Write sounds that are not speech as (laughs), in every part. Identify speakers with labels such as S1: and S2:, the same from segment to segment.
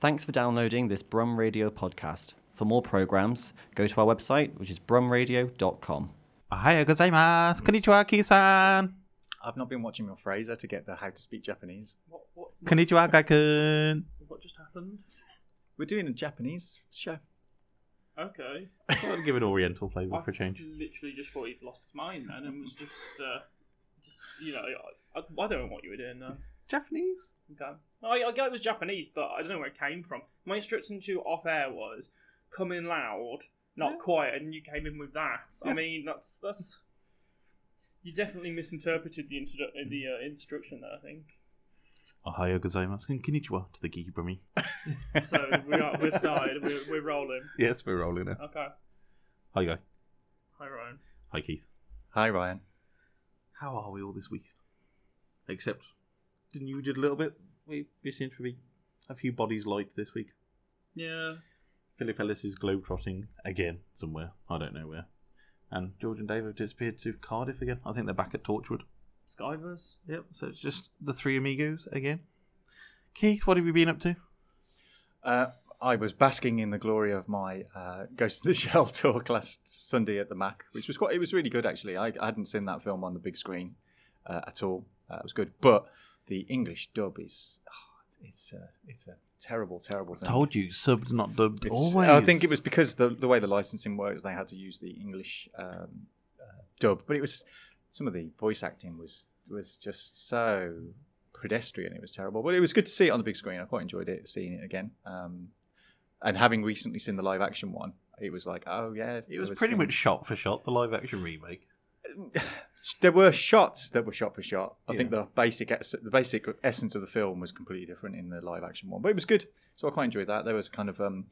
S1: Thanks for downloading this Brum Radio podcast. For more programs, go to our website, which is brumradio.com.
S2: おはようございます。こんにちは、キーさん。
S3: I've not been watching your Fraser to get the how to speak Japanese.
S4: What, what,
S2: こんにちは、ガくん。
S4: what just happened?
S3: We're doing a Japanese show.
S4: Okay.
S2: I'll give it Oriental flavour
S4: I
S2: for a change.
S4: literally just thought he'd lost his mind then and was just, uh, just you know, I, I, I don't know what you were doing there.
S2: Japanese?
S4: Okay. I, I get it was Japanese, but I don't know where it came from. My instruction to off air was come in loud, not quiet, and you came in with that. I
S2: Yes.
S4: mean, that's that's you definitely misinterpreted the introdu- uh, the uh, instruction there. I think
S2: O h ようございます。Konnichiwa to the geeky bummy.
S4: so. We are we're started. We're, we're rolling.
S2: (laughs) Yes, we're rolling now.
S4: Okay.
S2: Hi, Guy.
S4: Hi Ryan.
S2: Hi, Keith.
S3: Hi, Ryan.
S2: How are we all this week? Except, didn't you did a little bit? We, we seem to be a few bodies light this week.
S4: Yeah.
S2: Philip Ellis is globetrotting again somewhere. I don't know where. And George and Dave have disappeared to Cardiff again. I think they're back at Torchwood.
S4: Skyverse.
S2: Yep, so it's just the three amigos again. Keith, what have you been up to?
S3: Uh, I was basking in the glory of my uh, Ghost in the (laughs) Shell talk last Sunday at the Mac, which was quite. It was really good actually. I, I hadn't seen that film on the big screen uh, at all. Uh, it was good, but the English dub is oh, it's a, it's a terrible, terrible thing.
S2: Told you, subbed, not dubbed.
S3: It's-
S2: always.
S3: I think it was because the the way the licensing works, they had to use the English um, uh, dub. But it was some of the voice acting was was just so pedestrian. It was terrible. But it was good to see it on the big screen. I quite enjoyed it seeing it again. Um, and having recently seen the live action one, it was like, oh yeah,
S2: It was
S3: there
S2: pretty
S3: things-
S2: much shot for shot, the live action remake.
S3: there were shots that were shot for shot. I think
S2: Yeah.
S3: the basic es- the basic essence of the film was completely different in the live action one, but it was good. So I quite enjoyed that. There was kind of um,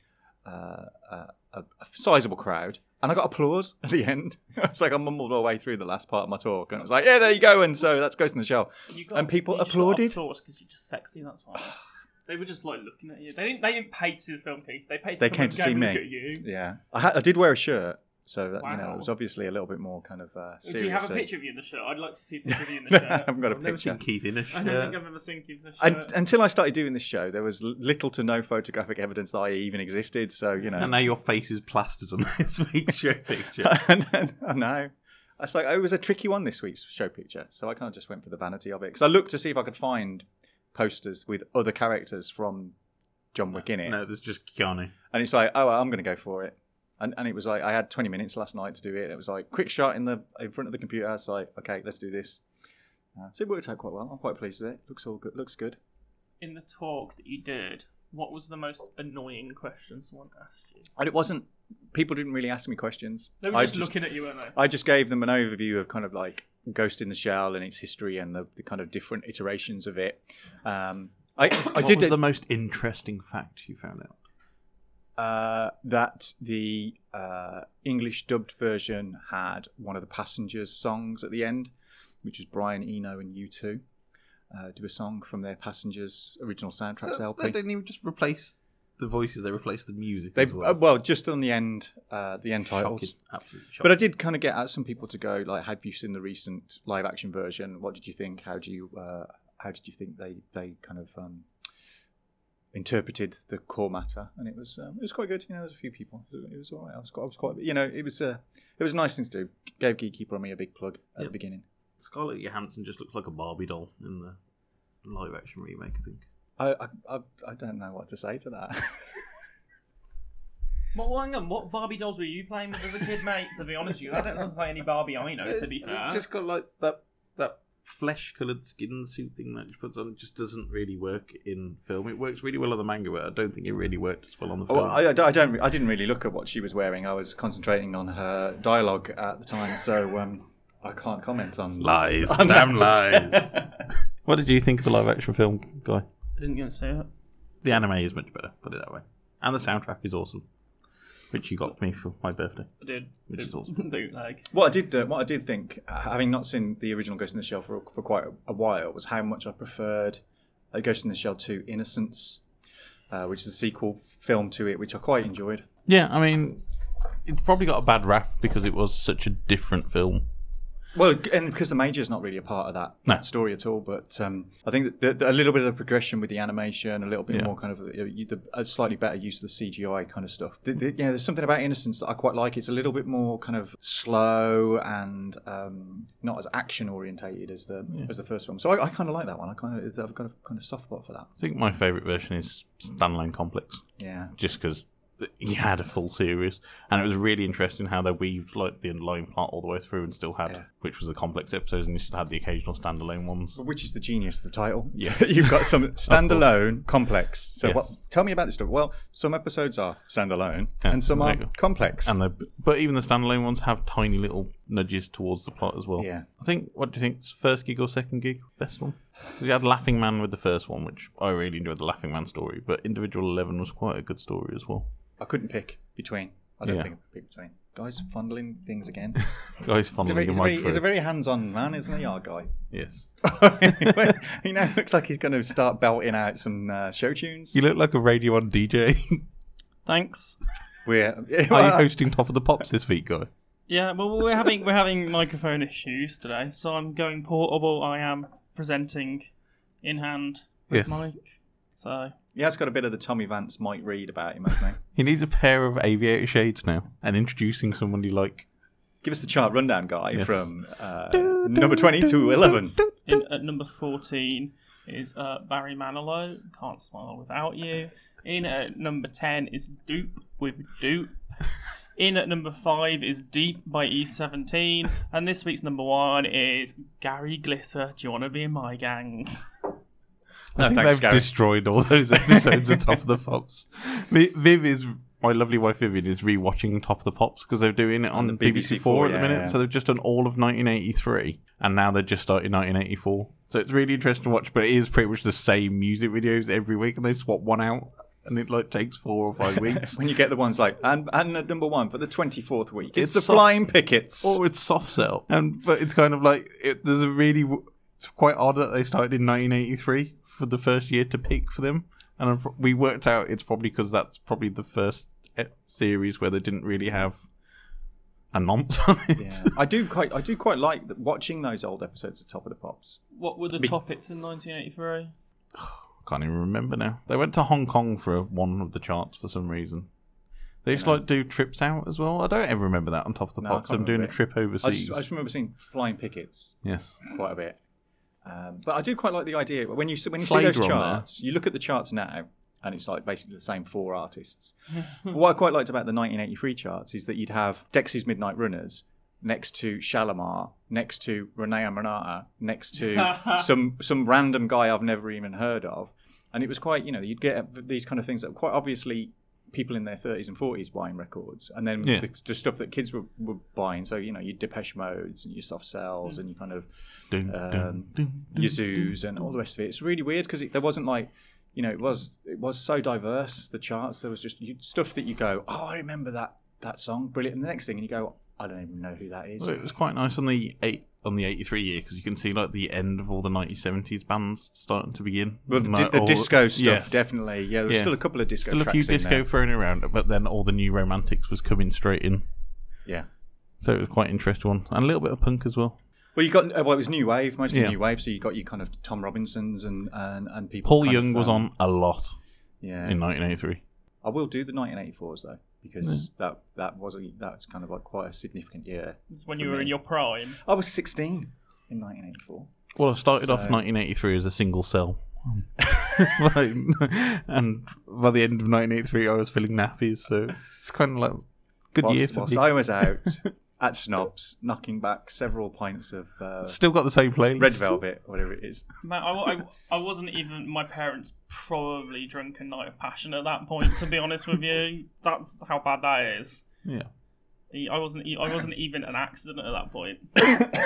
S3: uh, uh, a, a sizable crowd, and I got applause at the end. (laughs) it's like I mumbled my way through the last part of my talk, and it was like, "Yeah, there you go." And so that's Ghost in the Shell.
S4: You got,
S3: And people
S4: you just
S3: applauded?
S4: Got applause because you're just sexy. That's why. (sighs) they were just like looking at you. They didn't. They didn't pay to see the film, Keith. They paid. To
S3: They
S4: come
S3: came
S4: and
S3: to
S4: go
S3: see
S4: and
S3: me.
S4: Look at you.
S3: Yeah, I, ha- I did wear a shirt, so that, you know
S4: Wow.
S3: it was obviously a little bit more kind of uh, serious.
S4: Do you have a
S3: so-
S4: picture of you in the shirt? I'd like to
S3: (laughs)
S4: see the picture of you in the
S3: I
S4: shirt.
S3: haven't got a
S2: I've never
S3: picture.
S2: seen Keith in a
S4: I don't think
S2: shirt.
S4: I've ever seen you in the
S3: And,
S4: shirt.
S3: until I started doing this show, there was l- little to no photographic evidence that I even existed. So you know,
S2: And now your face is plastered on (laughs) this week's show picture.
S3: (laughs) I know. It's like oh, it was a tricky one this week's show picture, so I kind of just went for the vanity of it because I looked to see if I could find posters with other characters from John Wick in it,
S2: No, there's just Keanu.
S3: and it's like, oh, I'm going to go for it. And, and it was like I had 20 minutes last night to do it. and It was like quick shot in the in front of the computer. It's like, okay, let's do this. Uh, so it worked out quite well. I'm quite pleased with it. Looks all good. Looks good.
S4: in the talk that you did, what was the most annoying question someone asked you?
S3: And it wasn't. People didn't really ask me questions.
S4: They were
S3: I
S4: just, looking at you, weren't they?
S3: I just gave them an overview of kind of like Ghost in the Shell and its history and the, the kind of different iterations of it. Um, I, I
S2: (coughs) what
S3: did
S2: was
S3: it,
S2: the most interesting fact you found out?
S3: uh, that the uh, English dubbed version had one of the passengers' songs at the end, which was Brian Eno and U2 uh, do a song from their passengers' original soundtracks
S2: So,
S3: LP.
S2: they didn't even just replace the voices; they replaced the music
S3: They,
S2: as well.
S3: uh, well, just on the end, uh, the end titles.
S2: Shocking. Absolutely shocking.
S3: But I did kind of get at some people to go like, "Have you seen the recent live action version? What did you think? How do you uh, how did you think they they kind of um, interpreted the core matter?" And it was um, it was quite good. You know, there was a few people. It was all right. I was quite, I was quite you know it was a it was a nice thing to do. Gave Geeky Brummy a big plug at
S2: Yeah.
S3: the beginning.
S2: Scarlett Johansson just looks like a Barbie doll in the live action remake, I think.
S3: I I, I I don't know what to say to that. (laughs)
S4: Well, well, hang on. What Barbie dolls were you playing with as a kid, mate? To be honest with you, I don't look like any Barbie I know. To be fair,
S2: It's just got like that that flesh coloured skin suit thing that she puts on. It just doesn't really work in film. It works really well on the manga, but I don't think it really worked as well on the film.
S3: well, I, I don't- I don't I didn't really look at what she was wearing. I was concentrating on her dialogue at the time, so um, I can't comment on
S2: (laughs) lies,
S3: on
S2: damn
S3: that.
S2: lies. (laughs) what did you think of the live action film, guy?
S4: I didn't get to see it.
S2: The anime is much better, put it that way, and the soundtrack is awesome, which you got me for my birthday.
S4: I did.
S2: Which is
S4: Boot-
S2: awesome.
S4: Bootleg.
S3: What I did, uh, what I did think, uh, having not seen the original Ghost in the Shell for for quite a, a while, was how much I preferred uh, Ghost in the Shell Two: Innocence, uh, which is a sequel film to it, which I quite enjoyed.
S2: Yeah, I mean, it probably got a bad rap because it was such a different film.
S3: Well, and because the major is not really a part of that
S2: No.
S3: story at all, but um, I think that the, a little bit of progression with the animation, a little bit
S2: Yeah.
S3: more kind of uh, you- the, a slightly better use of the CGI kind of stuff. The, the, yeah, there's something about Innocence that I quite like. It's a little bit more kind of slow and um, not as action orientated as the as the first film. So I, I kind of like that one. I kind of I've got a kind of soft spot for that.
S2: I think my favourite version is Standalone Complex,
S3: Yeah,
S2: just because he had a full series, and it was really interesting how they weaved like the underlying plot all the way through, and still had
S3: Yeah.
S2: which was the complex episodes, and you still had the occasional standalone ones.
S3: which is the genius of the title.
S2: Yes.
S3: (laughs) you've
S2: (laughs)
S3: got some standalone complex. So
S2: Yes.
S3: what, tell me about this stuff. Well, some episodes are standalone
S2: Yeah,
S3: and some
S2: there
S3: are
S2: you go.
S3: complex.
S2: And the, but even the standalone ones have tiny little nudges towards the plot as well.
S3: Yeah.
S2: I think. What do you think? First gig or second gig? Best one. So you had Laughing Man with the first one, which I really enjoyed the Laughing Man story. But Individual Eleven was quite a good story as well.
S3: I couldn't pick between. I don't
S2: Yeah.
S3: think I could pick between. Guys fondling
S2: (laughs)
S3: things again.
S2: Guys,
S3: He's a
S2: fondling your
S3: very, he's a very,
S2: microphone.
S3: he's a very hands-on man, isn't he,
S2: (laughs)
S3: our guy? (laughs)
S2: Yes.
S3: Anyway, he now looks like he's going to start belting out some uh, show tunes.
S2: You look like a radio on
S3: (laughs)
S2: DJ.
S4: Thanks.
S3: We're
S2: (laughs)
S3: (laughs)
S2: Are you hosting Top of the Pops this week, guy?
S4: Yeah, well, we're having we're having microphone issues today, so I'm going portable. I am presenting in hand
S2: Yes.
S4: mic. So
S3: he has got a bit of the Tommy Vance Mike Reed about him, hasn't
S2: (laughs) He
S3: he?
S2: needs a pair of aviator shades now. And introducing somebody like
S3: Give us the chart rundown, guy, from uh,
S2: Do, do,
S3: number twenty to eleven.
S4: in, at number fourteen is uh, Barry Manilow. Can't smile without you. In at number ten is Dupe with Dupe. In at number five is Deep by E17, and this week's number one is Gary Glitter. Do you want to be in my gang?
S2: I think
S3: Oh, thanks,
S2: they've
S3: Gary.
S2: destroyed all those episodes of Top of the
S3: (laughs)
S2: Pops. Vi- Viv is my lovely wife Vivian is rewatching Top of the Pops because they're doing it on,
S3: On
S2: BBC,
S3: BBC
S2: Four at the
S3: yeah,
S2: minute.
S3: yeah.
S2: So they've just done all of 1983, and now they're just starting 1984. So it's really interesting to watch, but it is pretty much the same music videos every week, and they swap one out, and it like takes four or
S3: (laughs)
S2: five weeks.
S3: When you get the ones like and and at number one for the twenty fourth week, it's,
S2: It's
S3: the
S2: soft-
S3: Flying Pickets.
S2: or it's soft sell. And but it's kind of like it, there's a really w- it's quite odd that they started in 1983 for the first year to pick for them. And I'm, pro- we worked out it's probably because that's probably the first ep- series where they didn't really have a nonce on it.
S3: Yeah. I do quite I do quite like that, watching those old episodes of Top of the Pops.
S4: What were the topics in 1983?
S2: (laughs) Can't even remember now. They went to Hong Kong for one of the charts for some reason. They used to like do trips out as well. I don't ever remember that on top of the
S3: No, I
S2: pops.
S3: can't
S2: I'm doing a
S3: remember it.
S2: trip
S3: I
S2: overseas.
S3: just, I just remember seeing Flying Pickets.
S2: yes.
S3: quite a bit. Um, but I do quite like the idea when you s- when you
S2: Slater
S3: see those
S2: on there.
S3: charts, you look at the charts now, and it's like basically the same four artists. But what I quite liked about the 1983 charts is that you'd have Dexy's Midnight Runners next to Shalimar, next to Renee Amanata, next to some some random guy I've never even heard of, and it was quite you know you'd get these kind of things that were quite obviously people in their 30s and 40s buying records and then
S2: Yeah.
S3: the, the stuff that kids were, were buying so you know your depeche modes and your soft cells and your kind of
S2: Dun, dun,
S3: Um,
S2: dun, dun,
S3: your zoos and all the rest of it. It's really weird because there wasn't like, you know, it was it was so diverse. The charts there was just you, stuff that you go, oh, I remember that that song, brilliant. And the next thing, and you go, I don't even know who that is.
S2: Well, it was quite nice on the eight on the eighty three year because you can see like the end of all the nineteen seventies bands starting to begin.
S3: Well, the,
S2: And,
S3: di-
S2: like,
S3: the
S2: all-
S3: disco stuff,
S2: yes.
S3: definitely. Yeah, there's
S2: Yeah.
S3: still a couple of disco.
S2: Still a
S3: tracks
S2: few
S3: in
S2: disco
S3: there.
S2: thrown around, but then all the new romantics was coming straight in,
S3: Yeah.
S2: so it was quite an interesting one and a little bit of punk as well.
S3: Well, you got uh, well, it was new wave, mostly
S2: Yeah.
S3: new wave. So you got your kind of Tom Robinsons and and, and people.
S2: Paul
S3: kind
S2: Young
S3: of,
S2: was
S3: um,
S2: on a lot
S3: Yeah,
S2: in nineteen eighty three.
S3: I will do the 1984s though because that that was a, that's kind of like quite a significant year.
S4: It's when
S3: For
S4: you were
S3: me.
S4: in your prime.
S3: I was 16 in 1984.
S2: Well, I started off
S3: So-
S2: nineteen eighty three as a single
S3: (laughs)
S2: cell. (laughs) Like, and by the end of 1983, I was filling nappies, so it's kind of like good
S3: whilst,
S2: year for
S3: whilst
S2: me.
S3: I was out
S2: (laughs)
S3: at Snobs, knocking back several pints of uh,
S2: Still got the same playlist.
S3: Red Velvet, whatever it is. (laughs)
S4: Man, I, I, I wasn't even. My parents probably drunk a night of passion at that point. To be honest with (laughs) you, that's how bad that is.
S2: Yeah.
S4: I wasn't. e, I wasn't even an accident at that point.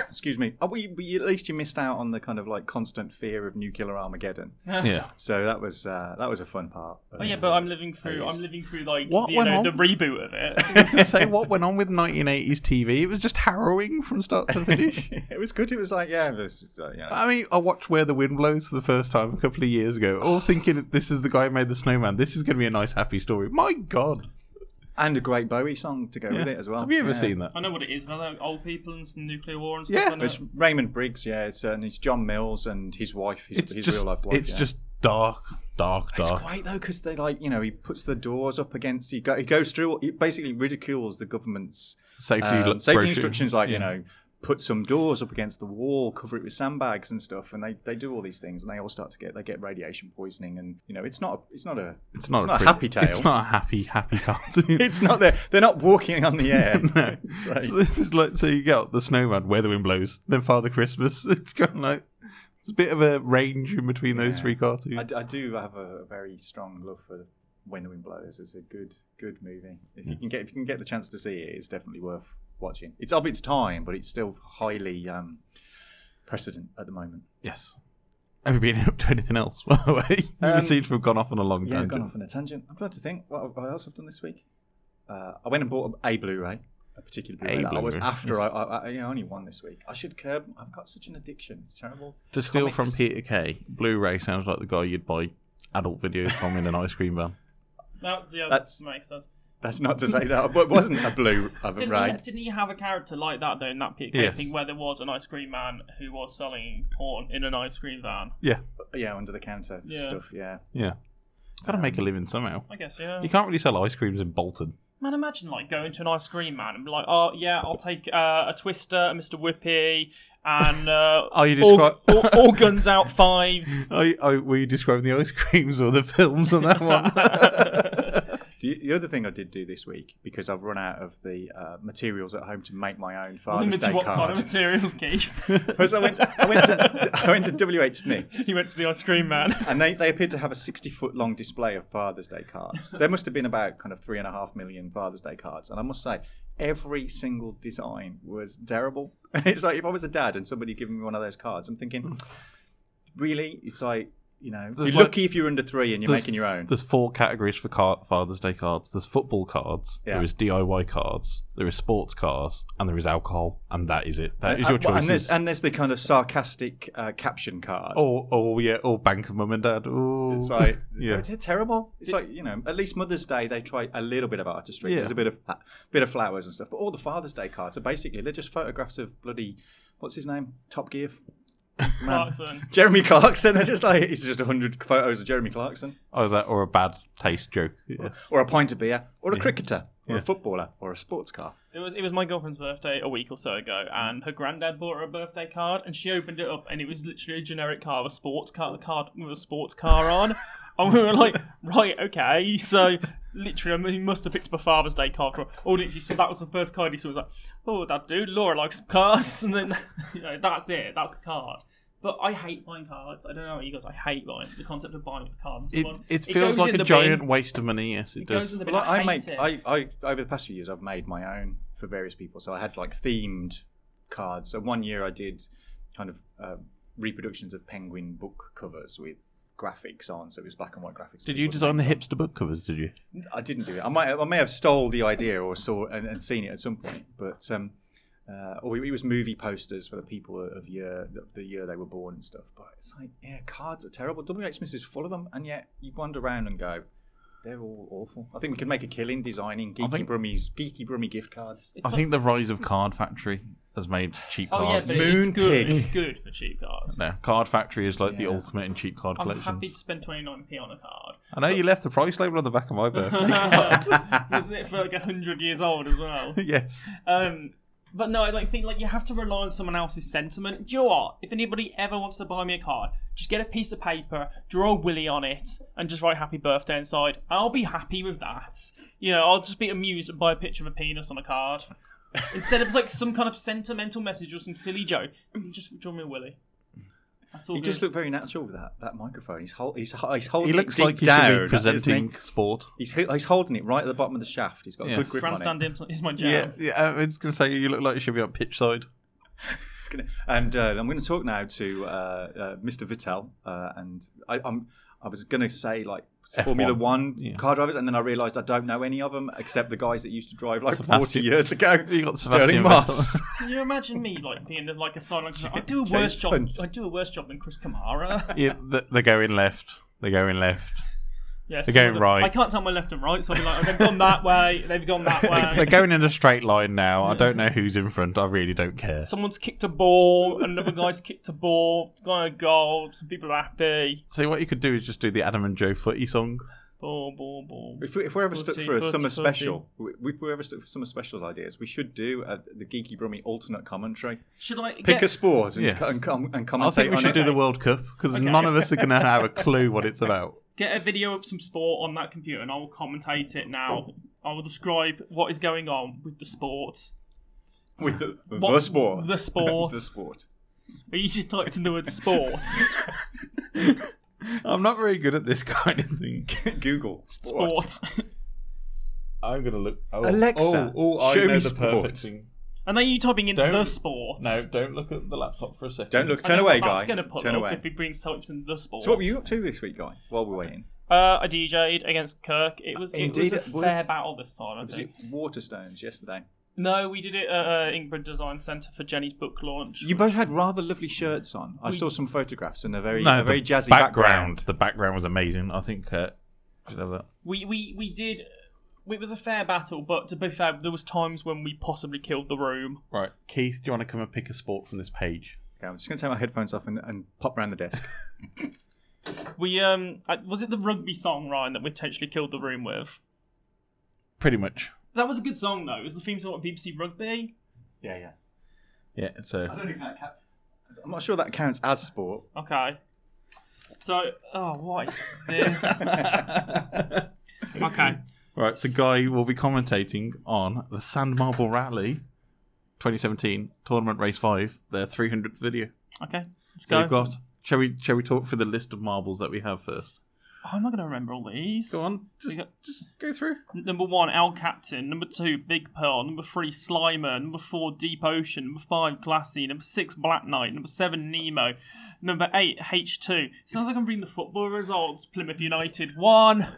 S3: Excuse me. Oh, we, we, at least you missed out on the kind of like constant fear of nuclear Armageddon.
S2: Yeah.
S3: So that was uh, that was a fun part.
S4: Oh yeah, but I'm living through.
S3: Please.
S4: I'm living through like
S2: What
S4: you
S2: went
S4: know
S2: on?
S4: the reboot of it.
S2: I (laughs) was going to say, what went on with 1980s TV? It was just harrowing from start to
S3: (laughs)
S2: finish.
S3: it was good. It was like yeah, this is, uh, you know,
S2: I mean, I watched Where the Wind Blows for the first time a couple of years ago, all thinking that this is the guy who made the snowman. This is going to be a nice, happy story. My God.
S3: and a great Bowie song to go with
S2: Yeah.
S3: it as well.
S2: Have you ever
S3: Yeah.
S2: seen that?
S4: I know what it is about like, old people and some nuclear war and stuff.
S2: Yeah.
S4: isn't it?
S3: It's Raymond Briggs, yeah, it's, uh, and it's John Mills and his wife, his,
S2: It's
S3: his
S2: just
S3: real life wife.
S2: it's
S3: yeah.
S2: just dark, dark,
S3: It's
S2: dark.
S3: great though because they like you know he puts the doors up against he, go, he goes through he basically ridicules the government's
S2: Safety,
S3: um,
S2: lo-
S3: safety
S2: brochure.
S3: instructions like
S2: Yeah.
S3: you know put some doors up against the wall cover it with sandbags and stuff and they, they do all these things and they all start to get they get radiation poisoning and you know it's not it's not a (laughs)
S2: It's not,
S3: it's not a
S2: pretty-
S3: happy tale.
S2: It's not a happy, happy (laughs) cartoon.
S3: it's not they're, they're not walking on the air
S2: (laughs) no.
S3: (laughs) It's
S2: So,
S3: like-
S2: it's like so you get the snowman, where the wind blows, then Father Christmas. (laughs) It's kind of like it's a bit of a range in between those
S3: Yeah.
S2: three cartoons.
S3: I, d- I do have a very strong love for When the Wind Blows. It's a good, good movie. If you can get, if you can get the chance to see it, it's definitely worth watching. It's of its time, but it's still highly um, precedent at the moment.
S2: yes. Have you been (laughs) up to anything else? By the way,
S3: Um,
S2: we seem to have gone off on a long
S3: Yeah, I've
S2: tangent.
S3: gone off on a tangent. I'm trying to think what, what else I've done this week. Uh, I went and bought a Blu-ray, a particular Blu-ray.
S2: A
S3: that I was
S2: Blu-ray.
S3: after. I, I, I you know, only one this week. I should curb. I've got such an addiction. It's terrible.
S2: To steal from
S3: Comics.
S2: Peter Kay, Blu-ray sounds like the guy you'd buy adult videos from in an ice cream van.
S4: That, yeah,
S3: That's-
S4: that makes sense.
S3: That's not to say that, but it wasn't a blue of a
S4: Didn't,
S3: ray.
S4: he, didn't he have a character like that though in that Peter Kay
S2: Yes.
S4: thing where there was an ice cream man who was selling porn in an ice cream van?
S2: (laughs) Yeah,
S3: Yeah, under the counter
S4: Yeah.
S3: stuff. Yeah.
S2: yeah. Got to make a living somehow.
S4: I guess yeah.
S2: You can't really sell ice creams in Bolton.
S4: Man, imagine like going to an ice cream man and be like, "Oh yeah, I'll take uh, a Twister, a Mr. Whippy, and uh,
S2: Are you
S4: all,
S2: descri-
S4: (laughs) all, all guns out five.
S2: I, I, were you describing the ice creams or the films on
S3: (laughs)
S2: that one?
S3: The, the other thing I did do this week because I've run out of the uh, materials at home to make my own Father's
S4: Limited
S3: Day
S4: to what kind
S3: card.
S4: of materials, (laughs) Keith?
S3: (laughs) Because I went, I went to I went to WH Smiths
S4: you went to the ice cream man.
S3: and they, they appeared to have a sixty foot long display of Father's Day cards. There must have been about kind of three and a half million Father's Day cards, and I must say. Every single design was terrible. (laughs) It's like if I was a dad and somebody giving me one of those cards, I'm thinking, really? It's like, you know,
S2: There's
S3: you're
S2: like-
S3: lucky if you're under three and you're
S2: There's-
S3: making your own.
S2: There's four categories for car- Father's Day cards. There's football cards.
S3: Yeah.
S2: There is DIY cards. There is sports cars, and there is alcohol, and that is it. That is your
S3: Uh, well,
S2: choices.
S3: And there's, and there's the kind of sarcastic uh, caption card.
S2: oh, oh yeah. Oh, bank of mum and dad. Oh,
S3: It's like
S2: (laughs) Yeah.
S3: they're, they're terrible. It's like you know, at least Mother's Day they try a little bit of artistry.
S2: Yeah.
S3: There's a bit of a bit of flowers and stuff. But all the Father's Day cards are basically they're just photographs of bloody what's his name Top Gear. (laughs) f- Man.
S4: Clarkson.
S3: Jeremy Clarkson. They're just like it's just hundred photos of Jeremy Clarkson,
S2: oh, that or a bad taste joke.
S3: or a pint of beer, or a cricketer, or a footballer, or a sports car.
S4: It was it was my girlfriend's birthday a week or so ago, and her granddad bought her a birthday card, and she opened it up, and it was literally a generic card, a sports car, card with a sports
S3: (laughs)
S4: car on, and we were like, right, okay, so literally, I mean, he must have picked up a Father's Day card for. Oh, literally, so that was the first card he saw. It was like, oh, that dude, Laura likes cars, (laughs) and then you know, that's it, that's the card. But I hate buying cards. I don't know about you guys. I hate buying the concept of buying a card.
S2: It,
S4: Someone-
S2: it
S4: goes
S2: feels like
S4: in
S2: a
S4: the
S2: giant
S4: bin.
S2: waste of money. Yes, it,
S4: It goes
S2: does.
S4: in the bin.
S3: Well, I, I
S4: hate
S3: make
S4: it.
S3: I, I over the past few years I've made my own for various people. So I had like themed cards. So one year I did kind of uh, reproductions of penguin book covers with graphics on. So it was black and white graphics.
S2: Did you
S3: It
S2: design
S3: wasn't-
S2: the hipster book covers? Did you?
S3: I didn't do it. I might I may have stole the idea or saw and, and seen it at some point, but. Um, uh, or it was movie posters for the people of year, the, the year they were born and stuff. But it's like, yeah, cards are terrible. WH Smith is full of them, and yet you wander around and go, they're all awful. I think we could make a killing designing geeky
S2: think-
S3: brummy's geeky brummy gift cards.
S4: It's
S2: I
S4: not-
S2: think the rise of Card Factory has made cheap
S4: Oh yeah,
S2: cards.
S4: but
S3: Moon
S4: it's (laughs) good.
S3: pig.
S4: It's good for cheap cards.
S2: no, Card Factory is like the
S3: Yeah.
S2: ultimate in cheap card
S4: I'm
S2: collections.
S4: happy to spend 29p on a
S3: (laughs)
S4: card.
S2: I know you left the price label on the back of my birthday.
S4: (laughs) Um, Isn't it for like 100 years old as well?
S2: yes.
S4: Um, but no, I like think like you have to rely on someone else's sentiment. Do you know what? If anybody ever wants to buy me a card, just get a piece of paper, draw a willy on it, and just write "Happy Birthday" inside. I'll be happy with that. You know, I'll just be amused by a picture of a penis on a card. Instead of like some kind of sentimental message or some silly joke, just draw me a willy. That's all.
S3: He
S4: good.
S3: just looked very natural with that, that microphone. He's, hol- he's, ho- he's holding
S2: He looks
S3: it deep
S2: like he
S3: down,
S2: should be presenting
S3: isn't
S2: sport.
S3: he? He's, ho- he's holding it right at the bottom of the shaft. He's got a
S2: Yes.
S3: good grip on it.
S4: Grandstand Imps is my jam.
S2: Yeah, yeah. I was gonna say you look like you should be on pitch side.
S3: It's gonna- and uh, I'm going to talk now to uh, uh, Mr. Vittel, uh, and I, I'm I was going to say like Formula One
S2: yeah.
S3: car drivers, and then I realised I don't know any of them except the guys that used to drive like
S2: Sebastian-
S3: 40 years ago. (laughs)
S2: You got
S3: Sterling
S2: Sebastian (laughs)
S3: Moss.
S2: Vettel.
S4: Can you imagine me like being like a silent? I do a worse job.
S3: Jason.
S2: (laughs)
S4: I do a worse job than Chris Kamara.
S2: Yeah, th- they're going left. They're going left.
S4: Yes.
S2: They're going
S4: some of them.
S2: right.
S4: I can't tell my left and right, so I'll be like, oh, they've gone that way, they've gone
S2: (laughs)
S4: that
S2: They're
S4: way.
S2: going in a straight line now. I don't know who's in front. I really don't care.
S4: Someone's kicked a ball, another guy's kicked a ball, it's gone a goal, some people are happy.
S2: So what you could do is just do the Adam and Joe footy song.
S4: Ball, ball, ball.
S3: If, we, if we're ever stuck
S4: Footy,
S3: for a
S4: footy,
S3: summer
S4: footy.
S3: special, we- if we're ever stuck for summer specials ideas, we should do uh the Geeky Brummy alternate commentary.
S4: Should I
S3: Pick
S4: get-
S3: a sport and,
S2: Yes.
S3: co- and, com- and
S2: I
S3: commentate
S2: think we
S3: on
S2: should
S3: it.
S2: do the World Cup because none of us are going to have a clue what it's about.
S4: get a video of some sport on that computer and I will commentate it now. I will describe what is going on with the sport.
S3: (laughs) With the, with
S4: What-
S3: the sport.
S4: the
S3: (laughs)
S4: sport.
S3: the sport.
S4: Or you just typed in the
S2: (laughs)
S4: word sport.
S2: (laughs) I'm not very good at this kind of thing.
S3: Google.
S4: sport. (laughs)
S2: I'm going to look. Oh,
S3: Alexa,
S2: oh, oh, I
S3: show
S2: know
S3: me
S2: the
S3: sport.
S2: perfect thing.
S4: and then you typing in
S2: Don't-
S4: the sport.
S2: No, don't look at the laptop for a second.
S3: Don't look.
S4: I
S3: Turn
S4: know
S3: away,
S4: what
S3: guy.
S4: That's gonna pull
S3: Turn
S4: up
S3: away.
S4: if he brings types in the sport.
S3: So what were you up to this week, guy? While we're waiting,
S4: Uh, I DJ'd against Kirk. It was
S3: Indeed,
S4: it
S3: it
S4: was a
S3: would.
S4: fair battle this time. I
S3: was
S4: think.
S3: it Waterstones yesterday?
S4: No, we did it at uh, Ingrid Design Centre for Jenny's book launch.
S3: You both had rather lovely shirts on. I saw some photographs and a very,
S2: No,
S3: a very
S2: the
S3: jazzy
S2: background. The background was amazing. I think uh, should have that.
S4: We we we did. It was a fair battle, but to be fair, there was times when we possibly killed the room.
S2: Right, Keith, do you want to come and pick a sport from this page?
S3: Okay, I'm just going to take my headphones off and, and pop round the desk.
S4: We um, uh, was it the rugby song Ryan that we potentially killed the room with?
S2: Pretty much.
S4: That was a good song though. It was the theme song of BBC Rugby.
S3: (laughs) yeah, yeah.
S2: Yeah. So
S3: I don't think that counts. I'm not sure that counts as (laughs) sport.
S4: Okay. So, oh, what is
S3: (laughs)
S4: this? okay.
S2: Right, so Guy will be commentating on the Sand Marble Rally 2017 Tournament Race 5, their 300th video.
S4: Okay. Let's
S2: So
S4: go.
S2: we've got. Shall we, shall we talk through the list of marbles that we have first?
S4: Oh, I'm not going to remember all these.
S2: Go on, just,
S4: got-
S2: just go through.
S4: Number one, Al Captain. Number two, Big Pearl. Number three, Slimer. Number four, Deep Ocean. Number five, Glassy. Number six, Black Knight. Number seven, Nemo. Number eight, H2. Sounds like I'm reading the football results. Plymouth United one,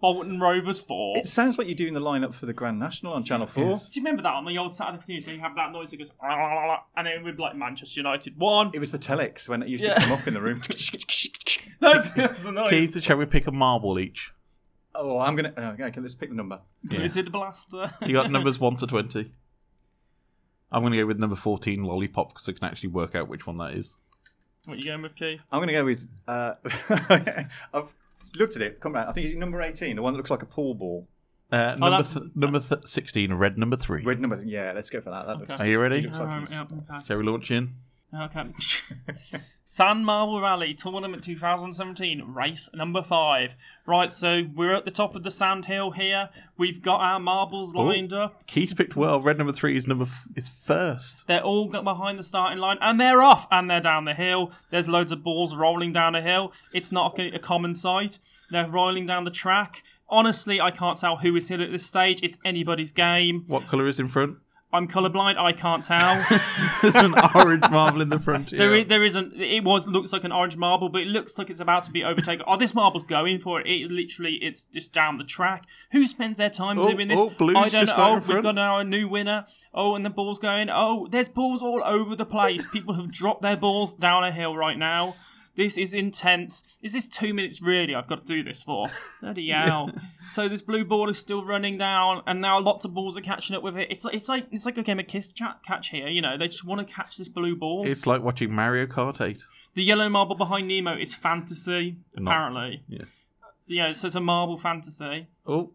S4: Bolton Rovers four.
S3: It sounds like you're doing the lineup for the Grand National on Channel Four.
S4: Do you remember that on the old Saturday afternoon? So you have that noise that goes, "Ah, la, la, la," and then we'd be like Manchester United one. (laughs)
S3: It was the telex when it used
S4: Yeah.
S3: to come up in the (laughs) room.
S4: That's, that's a noise.
S2: Keith, shall we pick a marble each?
S3: oh, I'm gonna. oh, okay, okay, let's pick the number.
S4: Blizzard Blaster.
S2: You got numbers (laughs) 1 to 20. I'm going to go with number 14, Lollipop, because I can actually work out which one that is.
S4: (laughs) What you going with, Keith?
S3: I'm gonna go with. Uh, (laughs) I've looked at it. Come round. I think it's number 18, the one that looks like a pool ball.
S2: Uh, number
S4: that's-
S2: th- number th- 16, red number 3.
S3: Red number. Yeah, let's go for that. That
S2: Are
S3: looks.
S2: you ready?
S3: Looks like
S4: Um,
S3: he's-
S4: yep, okay.
S2: Shall we launch in?
S4: Okay. Sand Marble Rally Tournament 2017, race number five. Right, so we're at the top of the sand hill here. We've got our marbles lined up.
S2: Keith picked well. Red number three is number f- is first.
S4: They're all got behind the starting line, and they're off, and they're down the hill. There's loads of balls rolling down a hill. It's not a, a common sight. They're rolling down the track. Honestly, I can't tell who is hit at this stage. It's anybody's game.
S2: What colour is in front?
S4: I'm colourblind. I can't tell.
S2: (laughs) There's an orange marble in the front. Here.
S4: There, i- there isn't. It was looks like an orange marble, but it looks like it's about to be overtaken. Oh, this marble's going for it. It literally, it's just down the track. Who spends their time
S2: Oh,
S4: doing this?
S2: oh, blue's
S4: I don't
S2: just right
S4: know.
S2: in
S4: We've
S2: front.
S4: got now a new winner. Oh, and the ball's going. Oh, there's balls all over
S2: (laughs)
S4: the place. People have dropped their balls down a hill right now. This is intense. Is this two minutes really? I've got to do this
S2: (laughs)
S4: for. Bloody hell! So this blue ball is still running down, and now lots of balls are catching up with it. It's like it's like it's like a game of kiss chat catch here. You know, they just want to catch this blue ball.
S2: It's like watching Mario Kart 8.
S4: The yellow marble behind Nemo is fantasy,
S2: Not-
S4: apparently.
S2: Yes.
S4: Yeah, so it's a marble fantasy.
S2: Oh,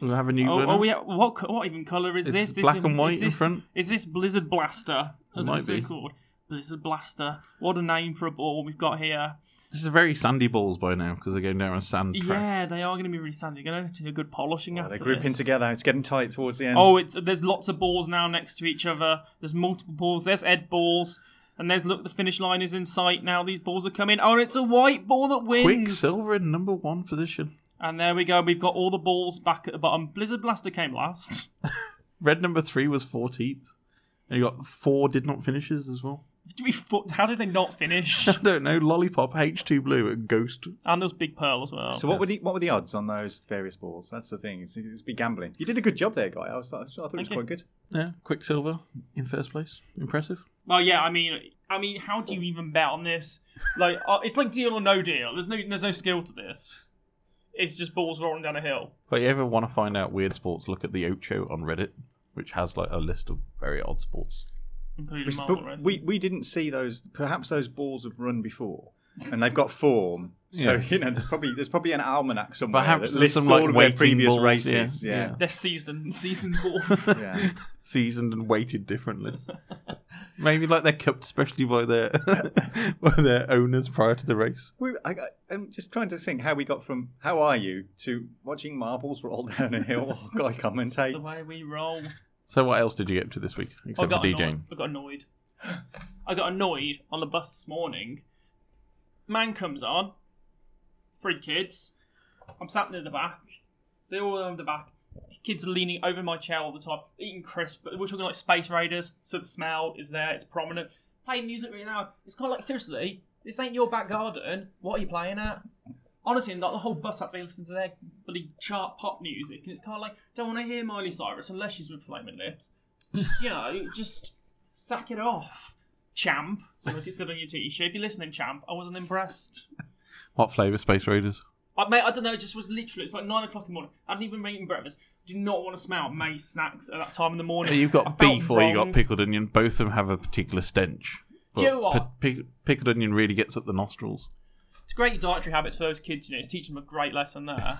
S2: we have a new
S4: Oh,
S2: winner.
S4: oh yeah, what co- what even colour is
S2: It's
S4: this? This
S2: black
S4: is-
S2: and white
S4: is
S2: in
S4: this-
S2: front.
S4: Is this Blizzard Blaster? As
S2: Might
S4: it's
S2: be.
S4: called. Blizzard Blaster. What a name for a ball we've got here.
S2: This is very sandy balls by now because they're going down a sand track.
S4: Yeah, they are going to be really sandy. They're going to do a good
S2: Oh,
S4: polishing
S3: They're
S4: after
S3: grouping
S4: this.
S3: together. It's getting tight towards the end.
S4: Oh, it's there's lots of balls now next to each other. There's multiple balls. There's Ed balls. And there's look, the finish line is in sight now. These balls are coming. Oh, it's a white ball that wins.
S2: Quicksilver in number one position.
S4: And there we go. We've got all the balls back at the bottom. Blizzard Blaster came last. (laughs)
S2: Red number three was 14th. And you got four did not finishes as well.
S4: Do we fu- How did they not
S3: (laughs)
S4: finish?
S2: I don't know. Lollipop, H2 Blue, and Ghost.
S4: and there was Big Pearl as well.
S3: So what were the what were the odds on those various balls? That's the thing. It's, it's be gambling. You did a good job there, guy. I was I thought it was
S4: Thank you.
S3: quite good.
S2: Yeah, Quicksilver in first place. Impressive.
S4: well, yeah. I mean, I mean, how do you (laughs) even bet on this? Like, uh, it's like Deal or No Deal. There's no, there's no skill to this. It's just balls rolling down a hill.
S2: If you ever want to find out weird sports, look at the Ocho on Reddit, which has like a list of very odd sports.
S4: Including
S3: But
S4: marble racing.
S3: we we didn't see those. Perhaps those balls have run before, and they've got form. So
S2: Yes.
S3: you know, there's probably there's probably an almanac somewhere
S2: Perhaps
S3: that
S2: there's
S3: lists
S2: some,
S3: all
S2: like,
S3: of their
S2: waiting
S3: previous
S2: balls,
S3: races.
S2: yeah,
S3: Yeah,
S4: They're seasoned, (laughs) seasoned
S3: (laughs)
S4: balls.
S3: yeah.
S2: Seasoned and weighted differently. (laughs) Maybe like they're kept especially by their (laughs) by their owners prior to the race.
S3: We, I, I- I'm just trying to think how we got from "How are you" to watching marbles roll down a hill. (laughs) Guy
S4: That's the way
S3: commentates.
S4: we roll.
S2: So what else did you get up to this week
S4: I
S2: except for
S4: got, annoyed.
S2: DJing?
S4: I got annoyed. (gasps) I got annoyed on the bus this morning. Man comes on. Three kids. I'm sat near the back. They're all around the back. Kids are leaning over my chair all the time, eating crisp. But we're talking like Space Raiders, so the smell is there, it's prominent. Playing music really loud. It's kind of like, seriously, this ain't your back garden. What are you playing at? Honestly, like the whole bus had to listen to their bloody sharp pop music, and it's kind of like, don't want to hear Miley Cyrus unless she's with Flaming Lips just you know, just sack it off, champ. Look, it said on your t-shirt. If you're listening, champ, I wasn't impressed.
S2: What flavour Space Raiders?
S4: I, mate, I don't know. It just was literally. It's like nine o'clock in the morning. I hadn't even been eating breakfast. Do not want to smell May's snacks at that time in the morning.
S2: Oh, You've
S4: I
S2: got
S4: felt
S2: beef or you
S4: wrong.
S2: got pickled onion. Both of them have a particular stench.
S4: Do you know
S2: But
S4: what?
S2: pi- pic- pickled onion really gets up the nostrils.
S4: It's great dietary habits for those kids. You know, it's teaching them a great
S2: (laughs)
S4: lesson there.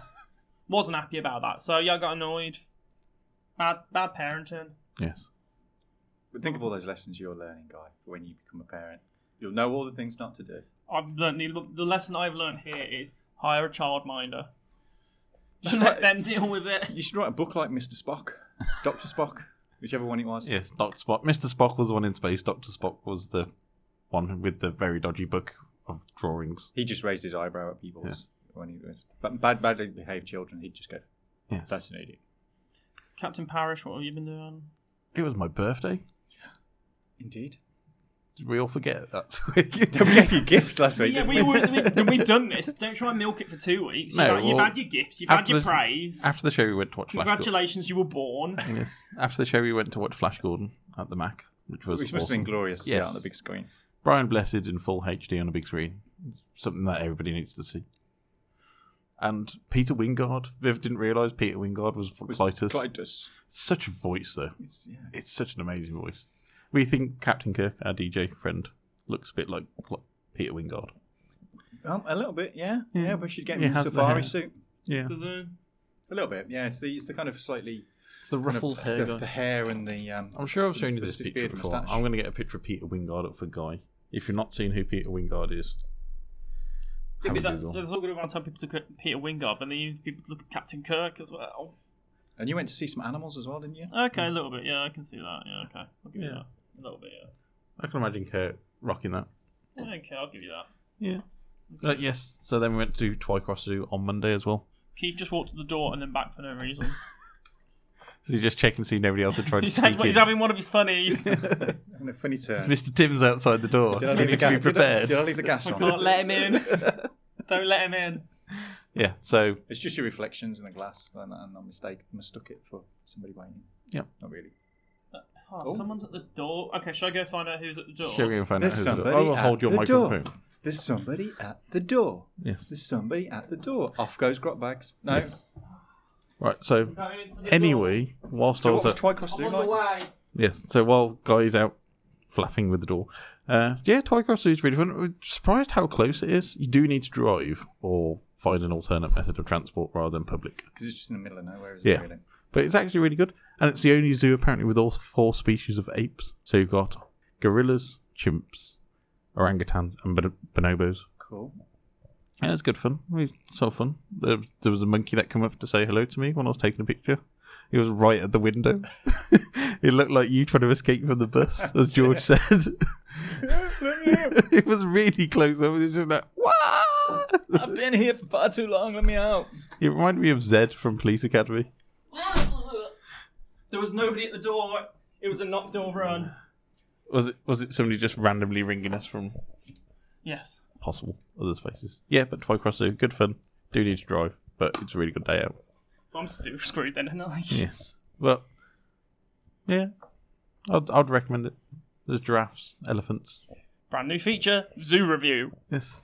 S4: wasn't happy about that. So yeah, I got annoyed. Bad, bad parenting.
S2: Yes.
S3: But think of all those lessons you're learning, Guy, for when you become a parent. You'll know all the things not to do.
S4: I've learned the, the lesson I've learned here is hire a childminder. Let them deal with it.
S3: You should write a book like Mr.
S2: (laughs)
S3: Spock, Doctor Spock, whichever one it was.
S2: Yes, Doctor Spock. Mr. Spock was the one in space. Doctor Spock was the one with the very dodgy book of drawings.
S3: He just raised his eyebrow at people when he was but bad, badly behaved children. He'd just go,
S2: Yes.
S3: "Fascinating."
S4: Captain Parish, what have you been doing?
S2: It was my birthday.
S3: (laughs) Indeed.
S2: Did we all forget that (laughs) week?
S3: we gave you gifts last week.
S4: Yeah,
S3: didn't
S4: we were,
S2: (laughs)
S4: we, we done this. Don't try and milk it for two weeks. You've,
S2: No,
S4: had, you've
S2: well,
S4: had your gifts. You've had
S2: after
S4: your
S2: the-
S4: praise.
S2: After the show, we went to watch Flash Gordon.
S4: Congratulations, you
S2: (laughs)
S4: were born.
S2: Yes. After the show, we went to watch Flash Gordon at the Mac, which was
S3: Which must have
S2: awesome.
S3: been glorious to see
S2: Yes.
S3: out on the big screen.
S2: Brian Blessed in full HD on a big screen. Something that everybody needs to see. And Peter Wingard. Viv didn't realise Peter Wingard was
S3: Was
S2: Clitus.
S3: Clitus.
S2: Such a voice, though.
S3: It's- yeah.
S2: It's such an amazing voice. We think Captain Kirk, our DJ friend, looks a bit like Cl- Peter Wingard.
S3: Um, a little bit, yeah.
S2: Yeah.
S3: Yeah, we should get
S2: He
S3: him a
S2: has the hair.
S3: safari suit.
S2: Yeah.
S3: A little bit, yeah. It's the, it's the kind of slightly
S2: It's the
S3: kind of-
S2: ruffled hair
S3: the, the
S2: guy.
S3: hair and the um,
S2: I'm sure I've shown you this
S3: the
S2: picture
S3: beard
S2: before.
S3: moustache.
S2: I'm going to get a picture of Peter Wingard up for Guy. If you've not seen who Peter Wingard is,
S4: Yeah,
S2: have a
S4: but that,
S2: Google.
S4: there's all going to tell people to look at Peter Wingard, but then you need people to look at Captain Kirk as well.
S3: and you went to see some animals as well, didn't you?
S4: Okay, a little bit. Yeah, I can see that. Yeah, okay. I'll give you
S2: Yeah.
S4: that. A little bit, yeah.
S2: I can imagine Kirk rocking that.
S4: Okay, I'll give you that.
S2: Yeah. Uh, yes. So then we went to Twycross Zoo on Monday as well.
S4: Keith just walked to the door and then back for no
S2: (laughs)
S4: reason.
S2: So you just checking to see nobody else had tried to
S4: he's,
S2: sneak
S4: having,
S2: in.
S4: he's having one of
S2: (laughs)
S4: his funnies.
S3: And a funny turn.
S2: Mr. Tim's outside the door.
S3: Did I
S2: You
S3: leave the
S2: need to be
S3: gas- did I-
S2: prepared.
S3: Did I leave the gas
S4: Can't
S3: on?
S4: let
S2: (laughs)
S4: him in. Don't let him in.
S2: Yeah. So
S3: It's just your reflections in the glass, and, and I mistake mistook it for somebody weighing. in.
S2: yeah.
S3: Not really.
S4: Oh,
S3: Oh.
S4: Someone's at the door. Okay, shall I go find out who's at the door?
S2: Shall we go and find out
S3: There's
S2: who's at the door?
S3: somebody
S2: I will
S3: at
S2: hold your
S3: the door.
S2: microphone.
S3: There's somebody at the door.
S2: Yes.
S3: There's somebody at the door. Off goes grot bags. No.
S2: Right. So
S4: Go into the door.
S2: anyway, whilst I
S3: So
S2: was,
S3: what was
S2: at,
S3: Twycross
S4: I'm
S3: do
S4: on the
S3: like?
S4: way.
S2: yes. So while Guy's out flapping with the door, uh, yeah, Twycross Zoo is really fun. We're surprised how close it is. You do need to drive or find an alternate method of transport rather than public.
S3: Because it's just in the middle of nowhere, isn't
S2: Yeah.
S3: it? Really?
S2: But it's actually really good. And it's the only zoo apparently with all four species of apes. So you've got gorillas, chimps, orangutans, and bon- bonobos. (laughs)
S3: Cool.
S2: Yeah, it's good fun. We so fun. There, there was a monkey that came up to say hello to me when I was taking a picture. He was right at the window. (laughs) it looked like you trying to escape from the (laughs) bus, as George said. it was really close. I was just like, "Wah!"
S3: I've been here for far too long. Let me out.
S2: (laughs) It reminded me of Zed from Police Academy.
S4: There was nobody at the door. It was a knock door run.
S2: Was it? Was it somebody just randomly ringing us from
S4: Yes.
S2: possible other spaces? Yeah, but Twycross Zoo, good fun. Do need to drive, but it's a really good day out.
S4: I'm still screwed then, and I.
S2: Yes. Well, yeah, I'd, I'd recommend it. There's giraffes, elephants.
S4: Brand new feature, zoo review
S2: Yes.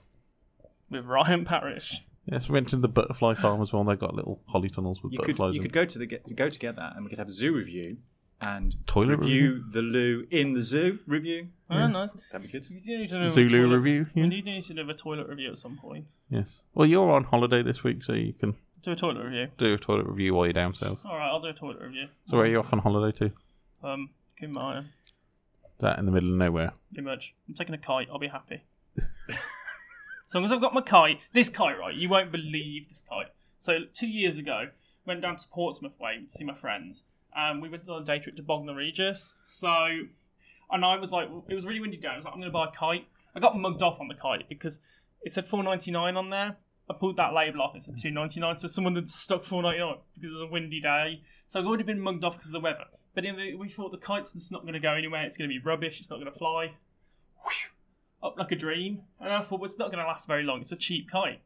S4: with Ryan Parrish.
S2: Yes, we went to the butterfly farm as well. They got little polytunnels with
S3: You could
S2: butterflies.
S3: you
S2: in.
S3: could go to the get- go together, and we could have a zoo review and
S2: Toilet
S3: review the loo in the zoo review.
S4: Oh, nice.
S3: That'd be good.
S4: You do need to do a
S2: Zulu
S4: toilet-
S2: review, yeah.
S4: We do need to do a toilet review at some point.
S2: yes. Well, you're on holiday this week, so you can
S4: Do a toilet review.
S2: do a toilet review while you're down south.
S4: All right, I'll do a toilet review.
S2: So where are you off on holiday to?
S4: Um, Kumaya,
S2: That in the middle of nowhere.
S4: pretty much. I'm taking a kite. I'll be happy. (laughs) as long as I've got my kite, this kite, right? You won't believe this kite. So two years ago, went down to Portsmouth way to see my friends. Um, we went on a day trip to Bognor Regis. So and I was like, it was really windy down. I was like, I'm going to buy a kite. I got mugged off on the kite because it said 4.99 on there. I pulled that label off. It said 2.99. So someone had stuck 4.99 because it was a windy day. So I've already been mugged off because of the weather. But in the, we thought the kite's just not going to go anywhere. It's going to be rubbish. It's not going to fly. Whew, up like a dream. And I thought, well, it's not going to last very long. It's a cheap kite.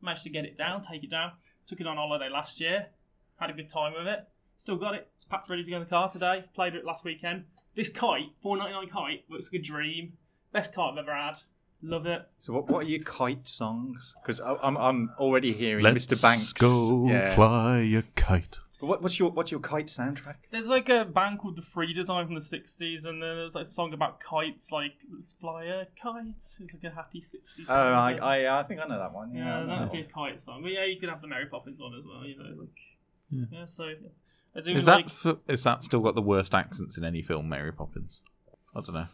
S4: Managed to get it down, take it down. Took it on holiday last year. Had a good time with it. Still got it. It's packed ready to go in the car today. Played with it last weekend. This kite, 499 kite, looks like a dream. Best kite I've ever had. Love it.
S3: So what what are your kite songs? Because I'm I'm already hearing
S2: Let's
S3: Mr. Banks.
S2: go
S3: Yeah.
S2: fly a kite.
S3: But what, what's your what's your kite soundtrack?
S4: There's like a band called The Free Design from the 60s, and then there's like a song about kites, like Let's Fly a Kite. It's like a happy 60s
S3: Oh,
S4: song.
S3: I,
S4: isn't it?
S3: I I think I know that one. Yeah, I
S4: Yeah,
S3: know
S4: that
S3: that
S4: would be a
S3: one.
S4: kite song. But yeah, you could have the Mary Poppins one as well, you know. Like,
S2: Yeah.
S4: yeah. so. As it
S2: Is
S4: was
S2: that
S4: like,
S2: f- is that still got the worst accents in any film? Mary Poppins. I don't know.